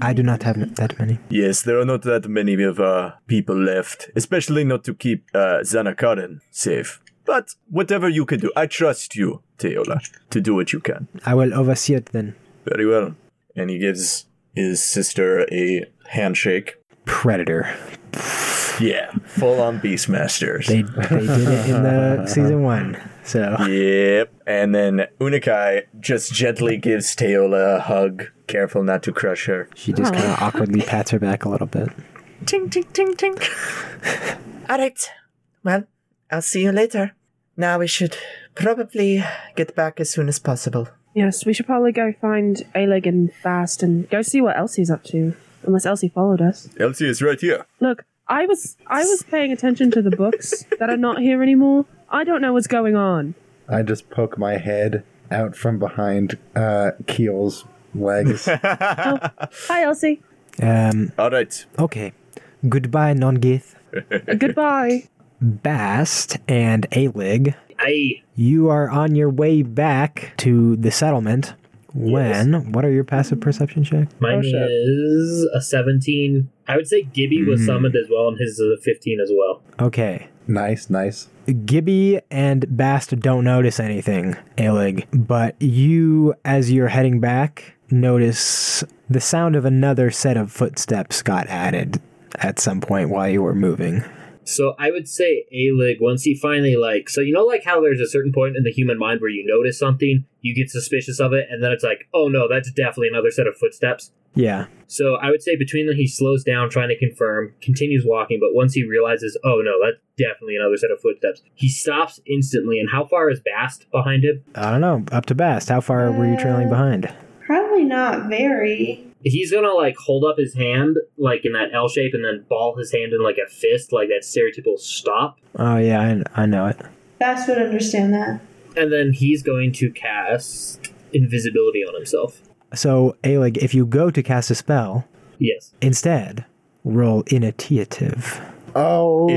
A: I do not have n- that many.
B: yes, there are not that many of uh, people left, especially not to keep uh, Zanakaran safe. But whatever you can do, I trust you, Teola, to do what you can.
A: I will oversee it then.
B: Very well. And he gives his sister a handshake.
J: predator.
B: Yeah, full on Beastmasters.
A: They, they did it in the season one. So
B: Yep. And then Unakai just gently gives Teola a hug, careful not to crush her.
A: she just kind of awkwardly pats her back a little bit.
K: Tink, tink, tink, tink. All right. Well, I'll see you later. Now we should probably get back as soon as possible.
F: Yes, we should probably go find Alig and Fast and go see what Elsie's up to. Unless Elsie followed us.
B: Elsie is right here.
F: Look, I was I was paying attention to the books that are not here anymore. I don't know what's going on.
I: I just poke my head out from behind uh, Keel's legs.
B: <laughs>
F: Hi, Elsie.
A: Um,
B: All right.
A: okay. Goodbye, Nongith.
F: Goodbye.
A: Bast and Alig,
C: I
A: you are on your way back to the settlement. When? What are your passive perception check?
C: mine is a seventeen. I would say Gibby was summoned as well, and his is a fifteen as well.
A: Okay.
I: nice, nice.
A: Gibby and Bast don't notice anything, Alig, but you, as you're heading back, notice the sound of another set of footsteps got added at some point while you were moving.
C: So I would say Alig, once he finally like so you know like how there's a certain point in the human mind where you notice something, you get suspicious of it, and then it's like, oh no, that's definitely another set of footsteps.
A: Yeah.
C: So I would say between them he slows down trying to confirm, continues walking, but once he realizes, oh no, that's definitely another set of footsteps, he stops instantly. And how far is Bast behind him?
A: I don't know. Up to Bast. How far were you trailing behind?
E: Probably not very.
C: He's gonna like hold up his hand like in that L shape and then ball his hand in like a fist, like that stereotypical stop.
A: Oh, yeah, I, I know it.
E: Bass would understand that.
C: And then he's going to cast invisibility on himself.
A: So, Alig, if you go to cast a spell,
C: Yes.
A: instead, roll initiative.
I: Oh.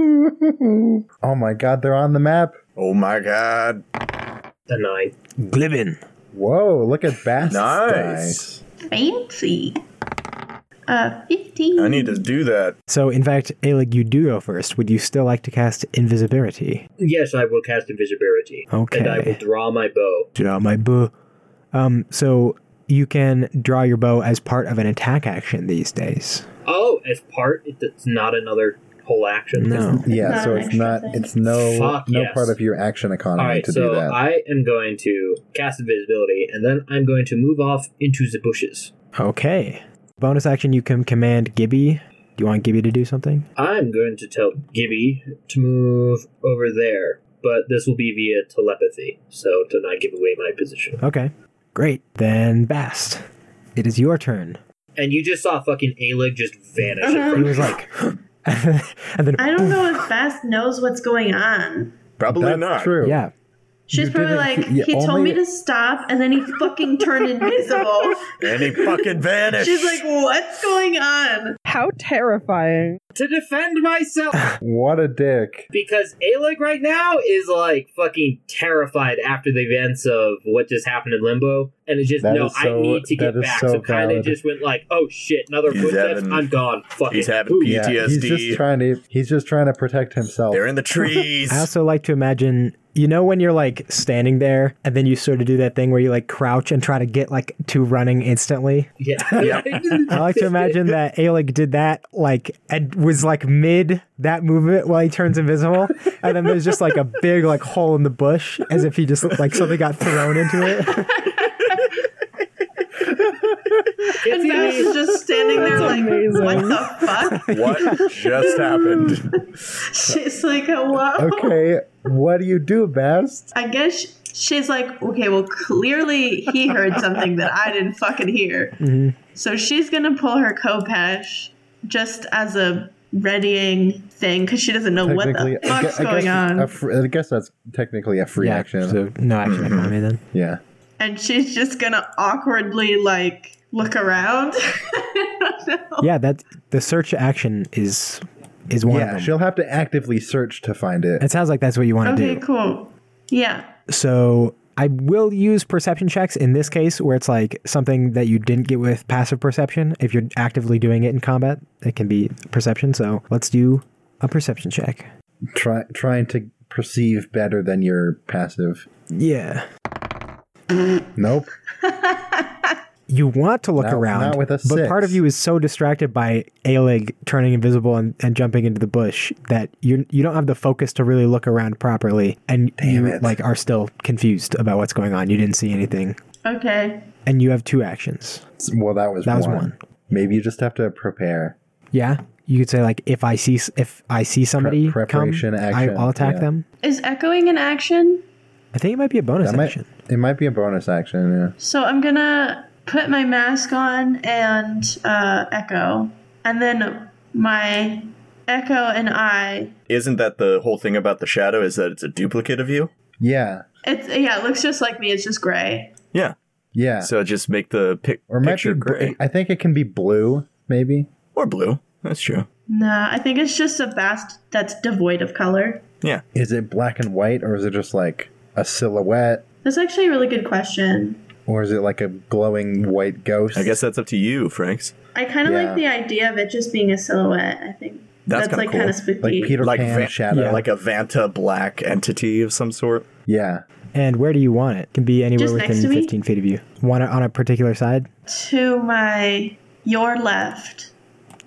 I: Oh my god, they're on the map.
B: Oh my god.
C: A nine.
A: Glibin.
I: Whoa, look at Bass.
B: Nice.
E: Fancy. Uh, 15.
B: I need to do that.
A: So, in fact, Alig, you do go first. Would you still like to cast invisibility?
C: Yes, I will cast invisibility.
A: Okay.
C: And I will draw my bow.
A: Draw my bow. Um, so you can draw your bow as part of an attack action these days.
C: Oh, as part, it's not another whole action.
A: No.
I: Yeah,
E: Not
I: so
E: an
I: it's
E: extra
I: not
E: thing.
I: it's no
C: Fuck
I: no
C: yes.
I: part of your action economy
C: All right,
I: to
C: so
I: do that.
C: I am going to cast invisibility, and then I'm going to move off into the bushes.
A: Okay. Bonus action, you can command Gibby. You want Gibby to do something?
C: I'm going to tell Gibby to move over there, but this will be via telepathy, so to not give away my position.
A: Okay. Great. Then Bast, it is your turn. <laughs>
C: And you just saw fucking Aelig just vanish. in front
A: He was
C: of you.
A: like, and then
E: I don't know
I: <laughs>
E: if Bass knows what's going on.
B: Probably
I: That's
B: not.
I: true.
A: yeah.
E: She's
I: You
E: probably
I: didn't-
E: like,
I: you
E: he told
I: only-
E: me to stop, and then he fucking
I: <laughs>
E: turned invisible.
B: And he fucking vanished.
E: She's like, what's going on?
F: How terrifying.
C: to defend myself
I: What a dick.
C: because Aleg right now is like fucking terrified after the events of what just happened in Limbo, and it's just
I: That
C: no,
I: is
C: I
I: so-
C: need to
I: that
C: get
I: is
C: back.
I: so
C: So, kind of
I: valid.
C: just went like, oh shit, another
B: He's
C: footsteps,
B: having-
C: I'm gone. Fuck
B: he's
C: it.
B: having
C: Ooh.
B: PTSD.
I: Yeah, he's just trying to he's just trying to protect himself.
B: They're in the trees.
A: I also like to imagine, you know, when you're like standing there and then you sort of do that thing where you like crouch and try to get like to running instantly.
C: Yeah. <laughs>
A: I
E: <laughs>
A: like to imagine that Alec did that, like, and was like mid that movement while he turns invisible, and then there's just like a big like hole in the bush, as if he just like something got thrown into it.
E: And Bass is just standing there like, what the
I: <laughs>
E: fuck?
B: what
E: <laughs>
B: just happened?
E: She's like, what?
I: <laughs> okay, what do you do, Bast?
E: I guess sh- she's like, okay, well, clearly he heard something that I didn't fucking hear.
I: Mm-hmm.
E: So she's gonna pull her Kopesh just as a readying thing because she doesn't know what the
I: I gue-
E: fuck's
I: I guess,
E: going on.
I: a fr- I guess that's technically a free action.
A: So no action economy then.
I: yeah.
E: and she's just gonna awkwardly like look around. <laughs>
A: Yeah, that the search action is is one
I: Yeah,
A: of them.
I: she'll have to actively search to find it.
A: It sounds like that's what you want to
E: okay,
A: do.
E: cool. Yeah.
A: So I will use perception checks in this case where it's like something that you didn't get with passive perception. If you're actively doing it in combat, it can be perception. So let's do a perception check.
I: Try, trying to perceive better than your passive.
A: Yeah.
I: Nope.
A: you want to look
I: Not-
A: around,
I: not with a
A: but part
I: six.
A: of you is so distracted by Alig turning invisible and, and jumping into the bush that you you don't have the focus to really look around properly, and
I: Damn
A: you
I: it.
A: like are still confused about what's going on. You didn't see anything,
E: Okay.
A: and you have two actions.
I: Well, that was
A: That was
I: one.
A: one.
I: Maybe you just have to prepare.
A: Yeah, you could say like if I see s- if I see somebody
I: preparation
A: come,
I: action,
A: I, will attack
I: yeah.
A: them.
E: Is echoing an action?
A: I think it might be a bonus
I: That might,
A: action.
I: it might be a bonus action. Yeah.
E: So I'm gonna put my mask on and uh, echo, and then my echo and I.
B: Isn't that the whole thing about the shadow? Is that it's a duplicate of you?
I: Yeah.
E: It's yeah, it looks just like me. It's just gray.
B: Yeah.
I: Yeah.
B: So just make the pic-
I: or it might
B: picture
I: be. bl-
B: gray
I: I think it can be blue. Maybe.
B: or blue. That's true.
E: Nah, I think it's just a vast that's devoid of color.
B: Yeah.
I: Is it black and white, or is it just like a silhouette,
E: That's actually a really good question.
I: or is it like a glowing white ghost?
B: I guess that's up to you, Franks.
E: I kind of
I: Yeah.
E: like the idea of it just being a silhouette. I think
B: That's kinda
E: like
B: cool.
E: kind of spooky.
I: like Peter
B: Like
I: Pan
B: Van-
I: shadow.
B: Like a Vanta black entity of some sort.
I: yeah.
A: And where do you want it? Can be anywhere
E: Just next
A: within
E: to me?
A: 15 feet of you. Want it on a particular side?
E: to my your left,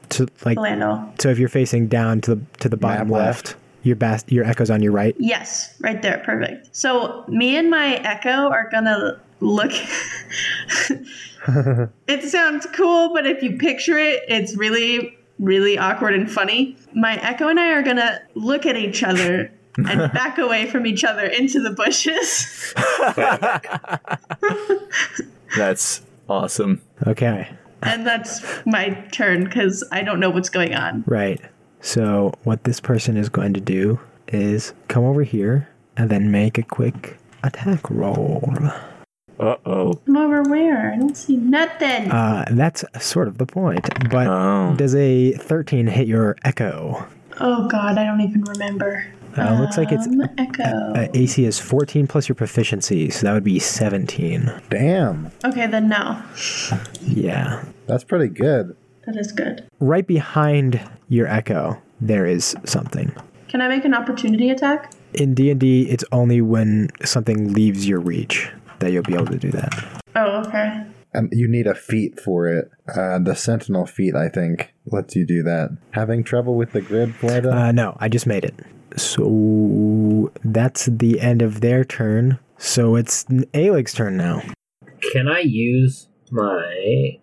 A: To like
E: Orlando.
A: so if you're facing down to the to the bottom
I: Map
A: left,
I: left.
A: your bas- your echoes on your right.
E: Yes, right there, perfect. So me and my echo are gonna look. it sounds cool, but if you picture it, it's really, really awkward and funny. My echo and I are gonna look at each other and back away from each other into the bushes.
B: That's awesome.
A: Okay.
E: And that's my turn because I don't know what's going on.
A: Right. So what this person is going to do is come over here and then make a quick attack roll.
B: Uh oh.
E: I'm over where? I don't see nothing.
A: Uh, that's sort of the point. But
B: Oh.
A: does a 13 hit your echo?
E: oh god, I don't even remember.
A: Uh, looks like it's
E: Um, echo.
A: uh, AC is 14 plus your proficiency, so that would be 17.
I: Damn.
A: uh,
E: okay, then no.
A: Yeah.
I: That's pretty good.
E: That is good.
A: Right behind your echo, there is something.
E: Can I make an opportunity attack?
A: In D&D, it's only when something leaves your reach that you'll be able to do that.
E: Oh, okay.
I: Um, you need a feat for it. Uh, the Sentinel feat, I think, lets you do that. Having trouble with the grid, Florida?
A: Uh, no, I just made it. So that's the end of their turn. So it's Alig's turn now.
C: Can I use my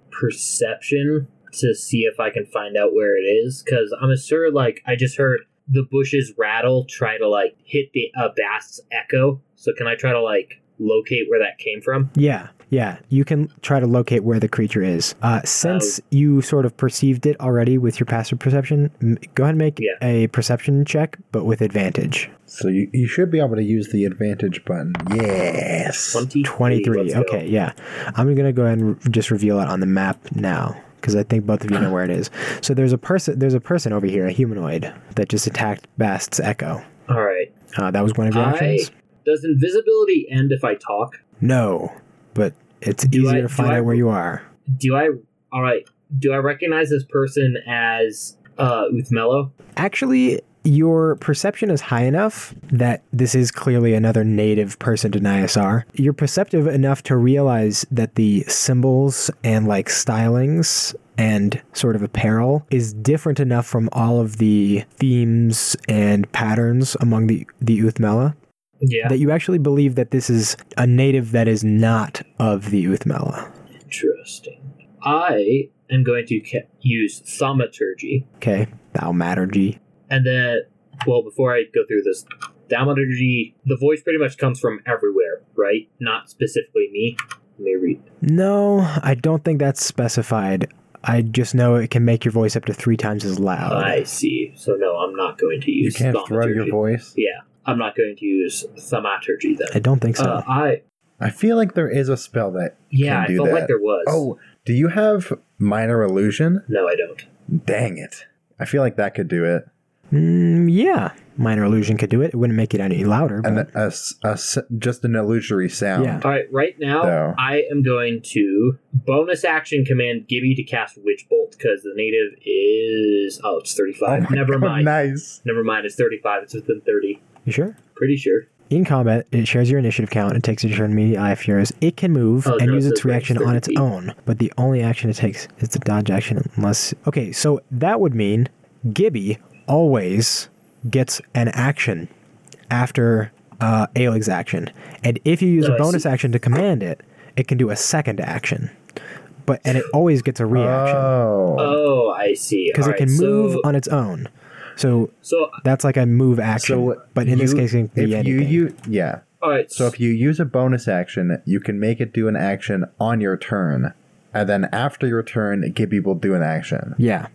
C: perception to see if I can find out where it is? Because I'm sure, like, I just heard the bushes rattle, try to, like, hit the uh, Bast's echo. So can I try to, like, locate where that came from?
A: Yeah, yeah. You can try to locate where the creature is. Uh,
C: Oh.
A: since you sort of perceived it already with your passive perception, m- go ahead and make
C: Yeah.
A: a perception check, but with advantage.
I: so you, you should be able to use the advantage button. Yes.
C: 23.
A: 23.
C: Let's go.
A: Okay, yeah. I'm going to go ahead and r- just reveal it on the map now because I think both of
C: <sighs>
A: you know where it is. So there's a person there's a person over here, a humanoid that just attacked Bast's echo.
C: All right.
A: Uh, that was one of your
C: I,
A: actions?
C: does invisibility end if I talk?
A: No, but it's
C: Do I-
A: easier to
C: do
A: find
C: I-
A: out where you are.
C: Do I. All right. Do I recognize this person as uh, Uthmello?
A: Actually, your perception is high enough that this is clearly another native person to Nyasar. You're perceptive enough to realize that the symbols and like stylings and sort of apparel is different enough from all of the themes and patterns among the the Uthmela
C: Yeah.
A: that you actually believe that this is a native that is not of the Uthmela.
C: Interesting. I am going to ca- use thaumaturgy,
A: Okay, thou matter, G.
C: and then, well, before I go through this, thaumaturgy, the voice pretty much comes from everywhere, right? Not specifically me. Let me read.
A: No, I don't think that's specified. I just know it can make your voice up to three times as loud.
C: I see. So no, I'm not going to
I: You
C: use.
I: can't throw your
C: thaumaturgy.
I: voice.
C: Yeah, I'm not going to use thaumaturgy
A: I
C: then.
A: don't think so.
C: Uh, I
I: I feel like there is a spell that.
C: yeah, I
I: Can do
C: felt like
I: that.
C: there was.
I: Oh, do you have minor illusion?
C: no, I don't.
I: Dang it. I feel like that could do it.
A: Mm, yeah, minor illusion could do it. It wouldn't make it any louder.
I: And
A: but-
I: a s a s just an illusory sound. Oh
A: Yeah.
C: All right, right now
I: No.
C: I am going to bonus action command Gibby to cast Witch Bolt because the native is oh it's
I: Oh
C: thirty-five.
I: my
C: Never
I: God,
C: mind.
I: Nice.
C: Never mind. It's thirty-five. It's within thirty.
A: you sure?
C: Pretty sure.
A: In combat, it shares your initiative count and takes a turn immediately eye of yours. It can move
C: Oh,
A: and
C: no,
A: use
C: it
A: its
C: says range
A: reaction on
C: 30
A: its
C: feet.
A: own, but the only action it takes is the dodge action unless. Okay, so that would mean Gibby always gets an action after uh, Alig's action. And if you use
C: Oh,
A: a
C: I
A: bonus
C: see.
A: action to command it, it can do a second action. But and it always gets a reaction
I: Oh.
C: Oh, I see.
A: because it
C: Alright,
A: can move
C: Uh, so,
A: on its own. So
C: So,
A: that's like a move action,
I: So
A: but in this
I: you-
A: case, it can be
I: if you,
A: anything.
I: you yeah.
C: all right.
I: So if you use a bonus action, you can make it do an action on your turn, and then after your turn, Gibby will do an action.
A: yeah,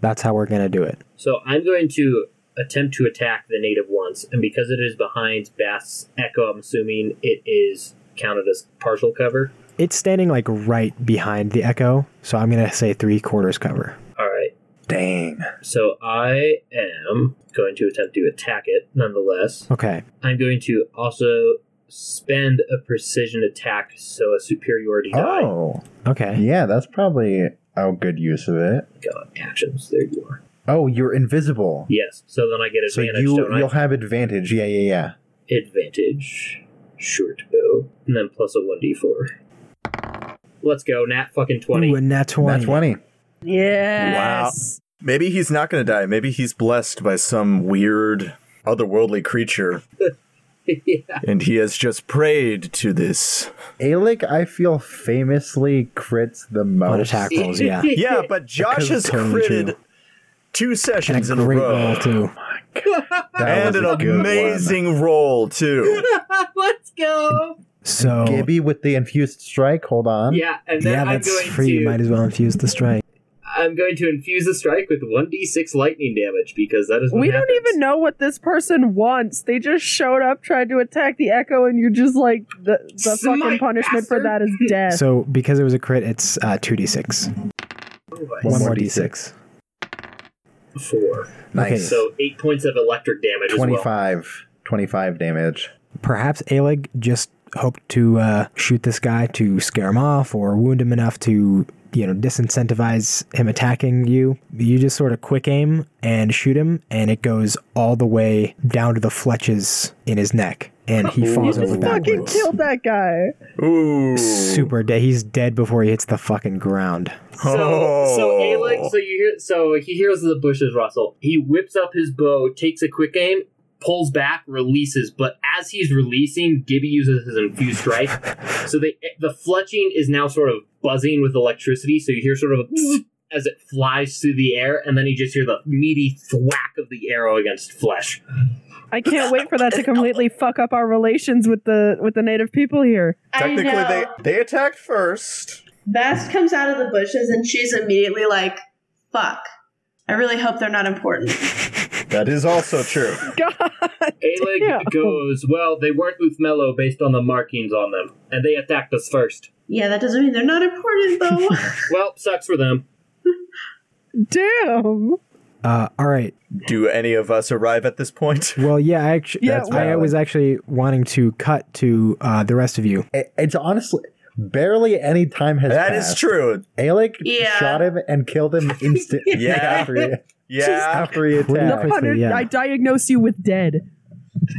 A: that's how we're gonna do it.
C: So I'm going to attempt to attack the native once, and because it is behind Bath's Echo, I'm assuming it is counted as partial cover.
A: It's standing like right behind the echo, so I'm gonna say three quarters cover.
C: All right.
I: Dang.
C: So I am going to attempt to attack it nonetheless.
A: Okay,
C: I'm going to also spend a precision attack, so a superiority die.
I: Oh.
A: okay.
I: Yeah, that's probably a good use of it.
C: God, actions. There you are.
I: Oh, you're invisible.
C: Yes. So then I get
I: So
C: advantage,
I: you
C: don't I?
I: you'll have advantage. Yeah, yeah, yeah.
C: advantage, short bow, and then plus a 1d4. Let's go, nat fucking 20.
A: Ooh, and nat twenty.
I: That's twenty.
B: Yes. Maybe he's not going to die. Maybe he's blessed by some weird otherworldly
E: <laughs>
B: creature.
C: yeah.
B: And he has just prayed to this.
I: Alec, I feel famously crits the most.
A: On attack rolls,
C: <laughs>
A: yeah.
B: Yeah, but Josh
A: Because
B: has
A: totally
B: critted
A: true.
B: two sessions
A: And a
B: in a
A: great
B: row.
A: roll too.
I: That
B: And
I: was
B: an
I: a good one.
B: amazing roll, too.
C: Let's go.
A: So
I: Oh. Gibby with the infused strike. Hold on.
C: Yeah, and then
A: Um, yeah,
C: I'm
A: that's
C: going
A: free.
C: to
A: Might as well infuse the strike.
C: I'm going to infuse the strike with 1d6 lightning damage because that is what
F: We don't
C: happens.
F: even know what this person wants. They just showed up, tried to attack the Echo, and you're just like, the, the
C: Smite,
F: fucking punishment for that
C: bastard.
F: is death.
A: So because it was a crit, it's uh, two d six.
C: Otherwise.
A: One
I: more
A: more d six.
C: Four.
A: Okay.
I: Nice.
C: So eight points of electric damage. as well.
I: 25, 25 damage.
A: Perhaps Aleg just hoped to uh, shoot this guy to scare him off or wound him enough to, you know, disincentivize him attacking you. You just sort of quick aim and shoot him, and it goes all the way down to the fletches in his neck, and he
F: Oh, you
A: falls over
F: just fucking
A: backwards.
F: killed that guy.
B: Ooh.
A: Super dead. He's dead before he hits the fucking ground.
C: So, so
B: Oh.
C: Alex, so you hear, so he hears the bushes rustle. He whips up his bow, takes a quick aim, pulls back, releases. But as he's releasing, Gibby uses his infused strike. so the the fletching is now sort of buzzing with electricity. So you hear sort of a as it flies through the air, and then you just hear the meaty thwack of the arrow against flesh.
F: I can't wait for that to completely fuck up our relations with the with the native people here.
B: Technically,
E: I know.
B: they, they attacked first.
E: Bast comes out of the bushes and she's immediately like, fuck. I really hope they're not important.
B: That is also true.
F: God.
C: Aleg
F: Damn.
C: goes, well, they weren't Uthmelo based on the markings on them, and they attacked us first.
E: yeah, that doesn't mean they're not
A: <laughs>
E: important though.
C: Well, sucks for them.
F: Damn.
A: Uh, all right.
B: Do any of us arrive at this point?
A: Well, yeah, I actually,
F: Yeah,
A: I
I: valid.
A: was actually wanting to cut to uh, the rest of you.
I: It- It's honestly barely any time has
B: That
I: passed.
B: is true.
I: Alec
E: Yeah.
I: shot him and killed him instantly
B: <laughs> Yeah.
I: <laughs> after, he,
B: Yeah,
I: after he
A: Pretty
I: attacked.
A: quickly,
F: Hunter,
A: yeah.
F: I diagnose you with dead.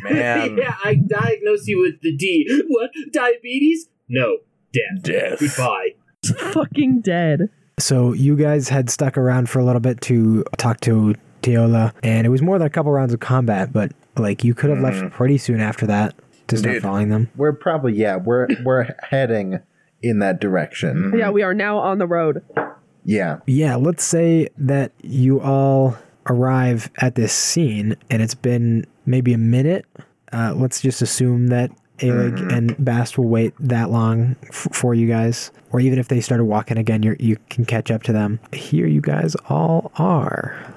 B: man.
C: <laughs> yeah, I diagnose you with the D. What? Diabetes? No. Death.
B: Death.
F: <laughs>
C: Goodbye.
F: Fucking dead.
A: So you guys had stuck around for a little bit to talk to Teola, and it was more than a couple rounds of combat, but like you could have left pretty soon after that to start
B: Indeed.
A: following them.
I: We're probably yeah, we're we're heading in that direction.
F: Yeah, we are now on the road.
I: Yeah.
A: Yeah, let's say that you all arrive at this scene, and it's been maybe a minute. Uh, let's just assume that Alig and Bast will wait that long f- for you guys, or even if they started walking again, you you can catch up to them. Here, you guys all are.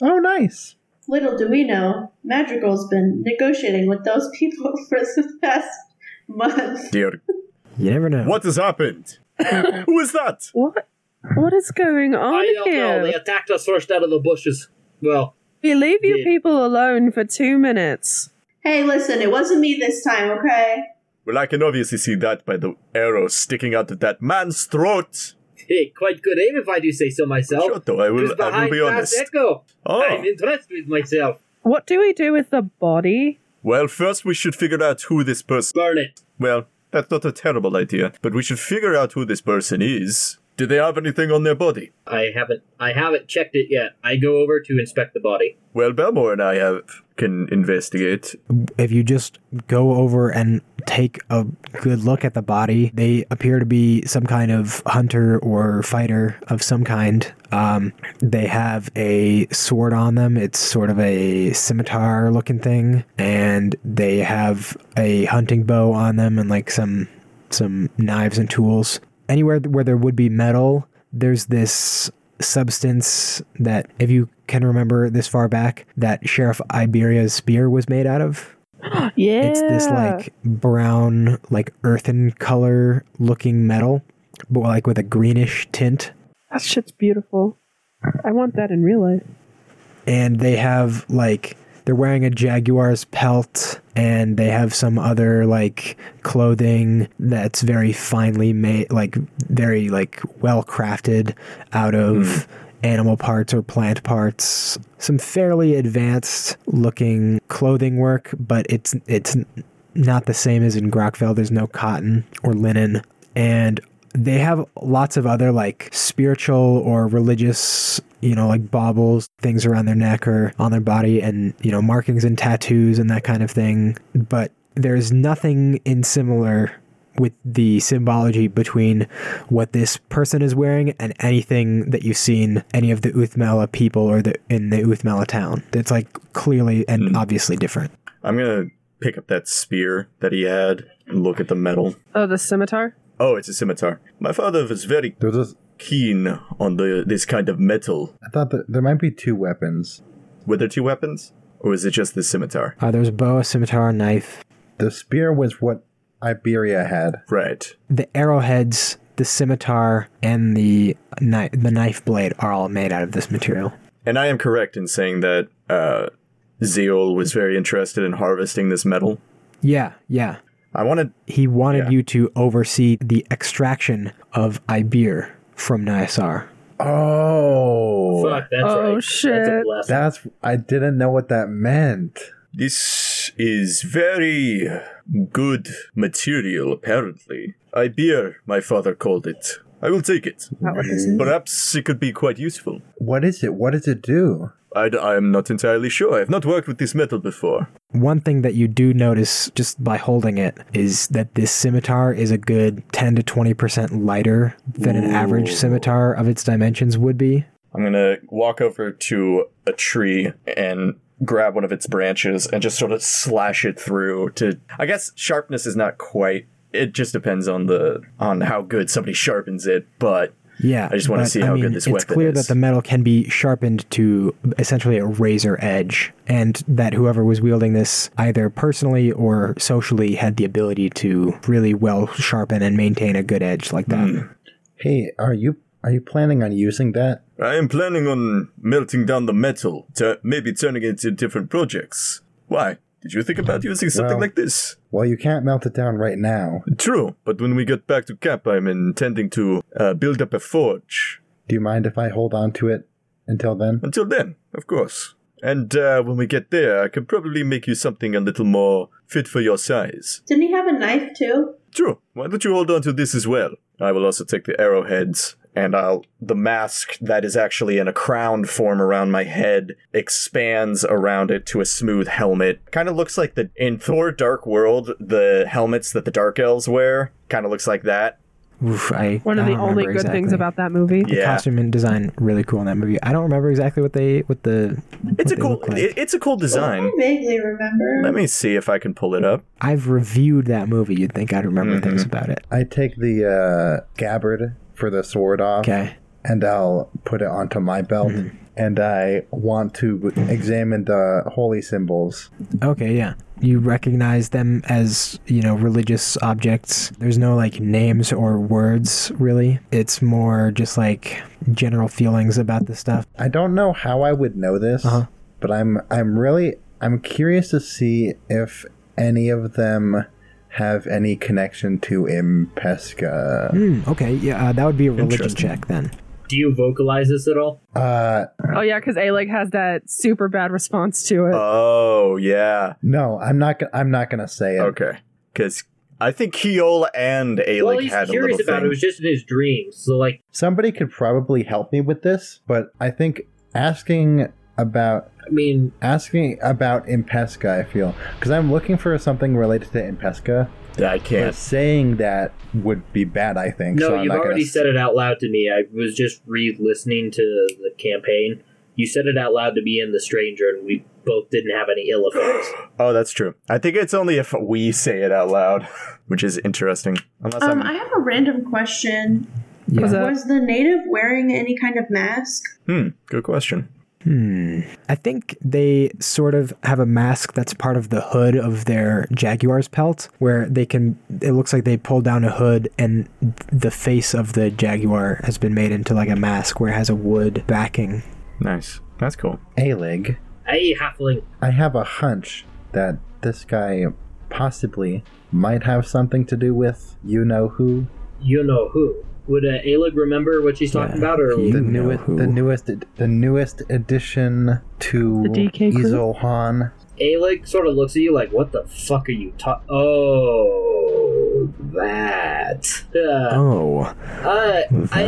I: Oh nice.
E: Little do we know, Madrigal's been negotiating with those people <laughs> for the past month.
B: Dear.
A: You never know.
B: What has happened? Who is that?
F: What? What is going on
C: I don't
F: here?
C: know. They attacked us first out of the bushes. Well,
F: We leave you
C: Yeah.
F: people alone for two minutes.
E: Hey, listen, it wasn't me this time, okay?
B: Well, I can obviously see that by the arrow sticking out of that man's throat.
C: hey, quite good aim if I do say so myself.
B: Sure, though, I
C: Oh, Who's
B: will, I will
C: behind
B: be
C: Fast
B: honest.
C: Echo?
B: Oh,
C: I'm impressed with myself.
F: What do we do with the body?
B: Well, first we should figure out who this person.
C: Burn it.
B: Well, that's not a terrible idea, but we should figure out who this person is. Do they have anything on their body?
C: I haven't I haven't checked it yet. I go over to inspect the body.
B: Well, Belmore and I have can investigate.
A: If you just go over and take a good look at the body, they appear to be some kind of hunter or fighter of some kind. Um, they have a sword on them. It's sort of a scimitar looking thing, and they have a hunting bow on them and like some some knives and tools. Anywhere where there would be metal, there's this substance that, if you can remember this far back, that Sheriff Iberia's spear was made out of.
L: Yeah.
A: It's this like brown, like earthen color looking metal, but like with a greenish tint.
L: that shit's beautiful. I want that in real life.
A: And they have like they're wearing a jaguar's pelt and they have some other like clothing that's very finely made like very like well crafted out of animal parts or plant parts some fairly advanced looking clothing work but it's it's not the same as in Grockville. There's no cotton or linen. And they have lots of other like spiritual or religious, you know, like baubles, things around their neck or on their body and, you know, markings and tattoos and that kind of thing. But there's nothing in similar with the symbology between what this person is wearing and anything that you've seen any of the Uthmela people or the in the Uthmela town. It's like clearly and obviously different.
B: I'm gonna pick up that spear that he had and look at the metal.
F: Oh, the scimitar?
B: Oh, it's a scimitar. My father was very
I: There's a,
B: keen on the this kind of metal.
I: I thought that there might be two weapons.
B: Were there two weapons, or is it just the scimitar?
A: Uh, there's a bow, a scimitar, a knife,
I: The spear was what Iberia had.
B: Right.
A: the arrowheads, the scimitar, and the knife, the knife blade are all made out of this material.
B: And I am correct in saying that uh, Zeol was very interested in harvesting this metal.
A: Yeah, yeah.
B: I wanted.
A: He wanted
B: Yeah.
A: you to oversee the extraction of Ibir from Nyasar.
I: Oh,
C: Fuck, that's
F: Oh,
C: right. That's a
F: shit.
C: blessing.
I: that's I didn't know what that meant.
B: This is very good material, apparently. Ibir, my father called it. I will take it. Perhaps it could be quite useful.
I: What is it? What does it do?
B: I d- I am not entirely sure. I have not worked with this metal before.
A: One thing that you do notice just by holding it is that this scimitar is a good 10 to 20% lighter than an average scimitar of its dimensions would be.
B: I'm gonna walk over to a tree and grab one of its branches and just sort of slash it through to I guess sharpness is not quite it just depends on the on how good somebody sharpens it, but
A: Yeah,
B: I just wanna
A: but,
B: see how good this
A: it's
B: weapon
A: clear
B: is.
A: that the metal can be sharpened to essentially a razor edge, and that whoever was wielding this, either personally or socially, had the ability to really well sharpen and maintain a good edge like that.
B: Hmm.
I: Hey, are you are you planning on using that?
B: I am planning on melting down the metal, to maybe turning it into different projects. Why? Did you think about using something
I: Well-
B: like this?
I: Well, you can't melt it down right now.
B: True, but when we get back to Cap, I'm intending to uh, build up a forge.
I: Do you mind if I hold on to it until then?
B: Until then, of course. And uh, when we get there, I can probably make you something a little more fit for your size.
E: Didn't he have a knife too?
B: True. Why don't you hold on to this as well? I will also take the arrowheads, and I'll the mask that is actually in a crown form around my head expands around it to a smooth helmet. Kind of looks like the in Thor: Dark World, the helmets that the Dark Elves wear. Kind of looks like that.
A: Oof, I
L: One of
A: I
L: the
A: don't
L: only good
A: remember
L: things
A: exactly.
L: about that movie.
A: the costume and design really cool in that movie. I don't remember exactly what they what the what
B: it's a
A: they
B: cool.
A: look like.
B: it- it's a cool
E: I
B: design.
E: vaguely remember.
B: Let me see if I can pull it up.
A: I've reviewed that movie. You'd think I'd remember things about it.
I: I take the uh, gabbard for the sword off,
A: Okay.
I: and I'll put it onto my belt. And I want to examine the holy symbols.
A: Okay, yeah. You recognize them as, you know, religious objects. There's no like names or words really. It's more just like general feelings about the stuff.
I: I don't know how I would know this,
A: Uh-huh.
I: but I'm I'm really I'm curious to see if any of them have any connection to E Impesca.
A: Hmm, okay, yeah, uh, that would be a religion
B: Interesting.
A: check then.
C: Do you vocalize this at all?
I: Uh,
F: Oh yeah, because Aleg has that super bad response to it.
B: Oh yeah.
I: no, I'm not. Go- I'm not gonna say it.
B: Okay. Because I think Keol and Alec
C: well, he's
B: had a little
C: curious about
B: thing.
C: it. It was just in his dreams. So, like,
I: Somebody could probably help me with this, but I think asking about
C: I mean,
I: asking about E Impesca, I feel, because I'm looking for something related to E Impesca.
B: I
I: But
B: can't.
I: saying that would be bad, I think.
C: no,
I: so I'm
C: you've
I: not
C: already
I: gonna...
C: said it out loud to me. I was just re-listening to the campaign. You said it out loud to me and the stranger, and we both didn't have any
A: <gasps>
C: ill effects.
B: Oh, that's true. I think it's only if we say it out loud, <laughs> which is interesting. Unless I'm.
E: Um, I have a random question.
F: Was that-
E: Was the native wearing any kind of mask?
B: Hmm. Good question.
A: Hmm. I think they sort of have a mask that's part of the hood of their jaguar's pelt, where they can. It looks like they pull down a hood, and the face of the jaguar has been made into like a mask, where it has a wood backing.
B: Nice. That's cool.
I: Alig,
C: hey, halfling.
I: I have a hunch that this guy possibly might have something to do with you know who
C: you know who. Would uh, Aelig remember what she's talking
A: Yeah,
C: about, or
A: he-
I: the
A: You know
I: newest
A: who.
I: the newest the newest addition to
L: The DK crew?
I: Izolhan.
C: Aelig sort of looks at you like, "What the fuck are you talking?" Oh, that. Uh,
A: Oh,
C: uh, I,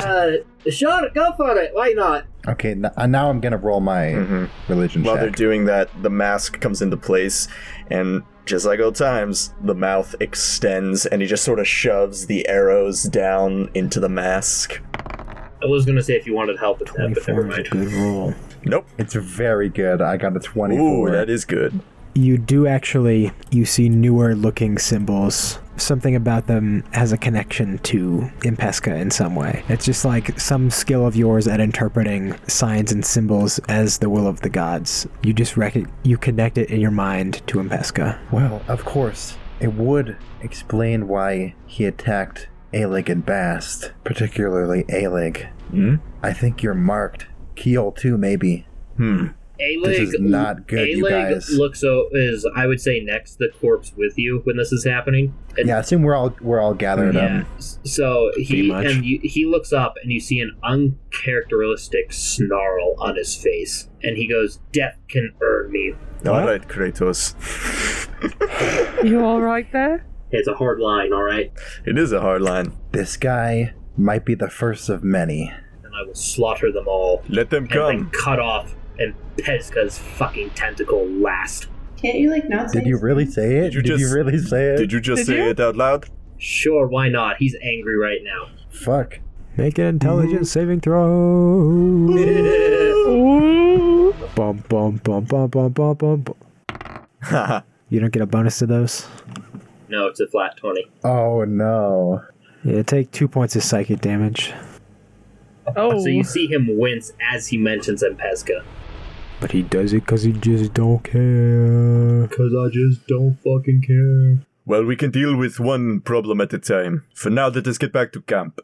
C: uh, sure, go for it. Why not?
I: Okay, n- uh, now I'm gonna roll my
B: hmm
I: religion
B: While they're
I: check.
B: doing that, the mask comes into place, and just like old times, the mouth extends, and he just sort of shoves the arrows down into the mask.
C: I was gonna say if you wanted help with that, but never
A: twenty-four is a
C: mind.
A: good roll.
B: Nope.
I: It's very good. I got a
B: Ooh,
I: twenty-four.
B: that is good.
A: You do actually. You see newer looking symbols. Something about them has a connection to E Impesca in some way. It's just like some skill of yours at interpreting signs and symbols as the will of the gods. You just rec- you connect it in your mind to E Impesca.
I: Well, of course, it would explain why he attacked Alig and Bast, particularly Alig.
B: Hmm?
I: I think you're marked. Keel too, maybe.
B: Hmm.
C: Aelig,
I: This is not good, you
C: Aelig
I: guys.
C: looks o- is I would say next the corpse with you when this is happening. And-
I: Yeah, I assume we're all we're all gathered
C: Yeah.
I: up.
C: S- So
A: Pretty
C: he
A: much.
C: and you, he looks up and you see an uncharacteristic snarl on his face, and he goes, "Death can earn me."
B: All right, Kratos.
F: you all right there?
C: It's a hard line, all right.
B: it is a hard line.
I: This guy might be the first of many.
C: and I will slaughter them all
B: Let them
C: and then
B: come.
C: cut off and Pezka's fucking tentacle last.
E: Can't you like not say?
I: Did you really say it?
B: Did you just-
I: really say it?
B: Did you just
F: Did
B: say
F: you?
B: it out loud?
C: Sure, why not? He's angry right now.
I: Fuck.
A: Make an
I: Mm-hmm.
A: intelligence saving throw.
L: Ooh.
A: bum, bum, bum, bum, bum, bum, bum, bum.
B: Haha.
A: You don't get a bonus to those.
C: no, it's a flat twenty.
I: Oh no.
A: Yeah, take two points of psychic damage,
F: Oh,
C: So you see him wince as he mentions Pezka.
A: but he does it because he just don't care.
C: Cause I just don't fucking care.
B: well, we can deal with one problem at a time. For now, let us get back to camp.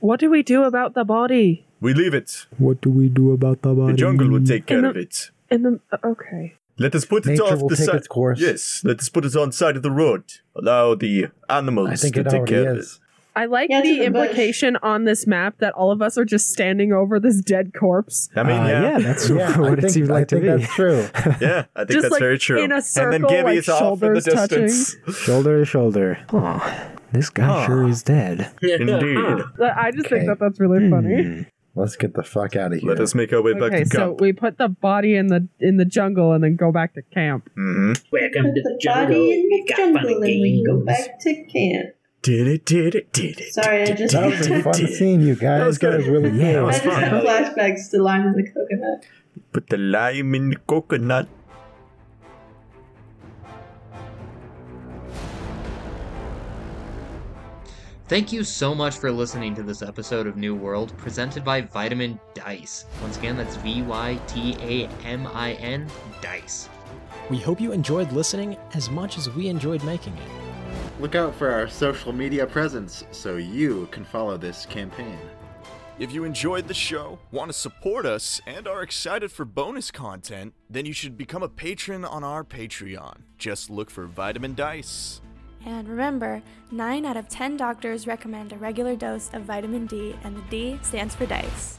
F: what do we do about the body?
B: We leave it.
A: What do we do about the body?
B: The jungle will take care
F: And
B: of
F: the-
B: it.
F: In the uh, okay,
B: Let us put it
I: Nature
B: off
I: will
B: the
I: take
B: side.
I: its course.
B: Yes, let us put it on side of the road. Allow the animals
I: I think
B: to
I: it
B: take
I: already
B: care of
I: is.
F: I like
E: Yeah, it's in
F: the
E: the bush.
F: implication on this map that all of us are just standing over this dead corpse,
B: it. I mean,
A: Uh,
B: yeah,
A: yeah, that's
B: <laughs>
I: <laughs>
A: <laughs>
I: Yeah,
A: what
I: I
A: it
I: think,
A: seemed like
I: I
A: to
I: think
A: me.
I: that's true.
B: yeah. I think
F: Just,
B: that's
F: like,
B: very true.
F: in a
B: and
F: circle,
B: then Gabby
F: like,
B: is off in the
F: shoulders touching.
B: distance.
A: shoulder to shoulder. Oh, this guy
B: Huh.
A: sure is dead.
B: Indeed.
F: But I just
I: Okay.
F: think that that's really funny.
A: Hmm.
I: Let's get the fuck out of here.
B: Let us make our way back
F: Okay,
B: to
F: so
B: camp.
F: we put the body in the in the jungle and then go back to camp.
B: hmm
E: Put
C: Welcome to
E: the
C: the jungle.
E: body in
C: We
E: the
C: got fun
E: jungle
C: and
E: and we go
C: games.
E: back to camp.
B: Did it? Did it? Did it?
E: Sorry, I just
I: That was a
B: <laughs>
I: fun scene, you guys.
B: That was good.
I: really
A: Yeah, that
E: <laughs> I
A: was
E: just
B: fun.
E: had
F: <laughs>
E: flashbacks to Lime and the Coconut.
B: Put the lime in the coconut.
M: Thank you so much for listening to this episode of New World, presented by Vitamin Dice. Once again, that's V Y T A M I N Dice.
N: We hope you enjoyed listening as much as we enjoyed making it.
O: Look out for our social media presence so you can follow this campaign.
P: If you enjoyed the show, want to support us, and are excited for bonus content, then you should become a patron on our Patreon. Just look for Vitamin Dice.
Q: And remember, 9 out of 10 doctors recommend a regular dose of vitamin D, and the D stands for dice.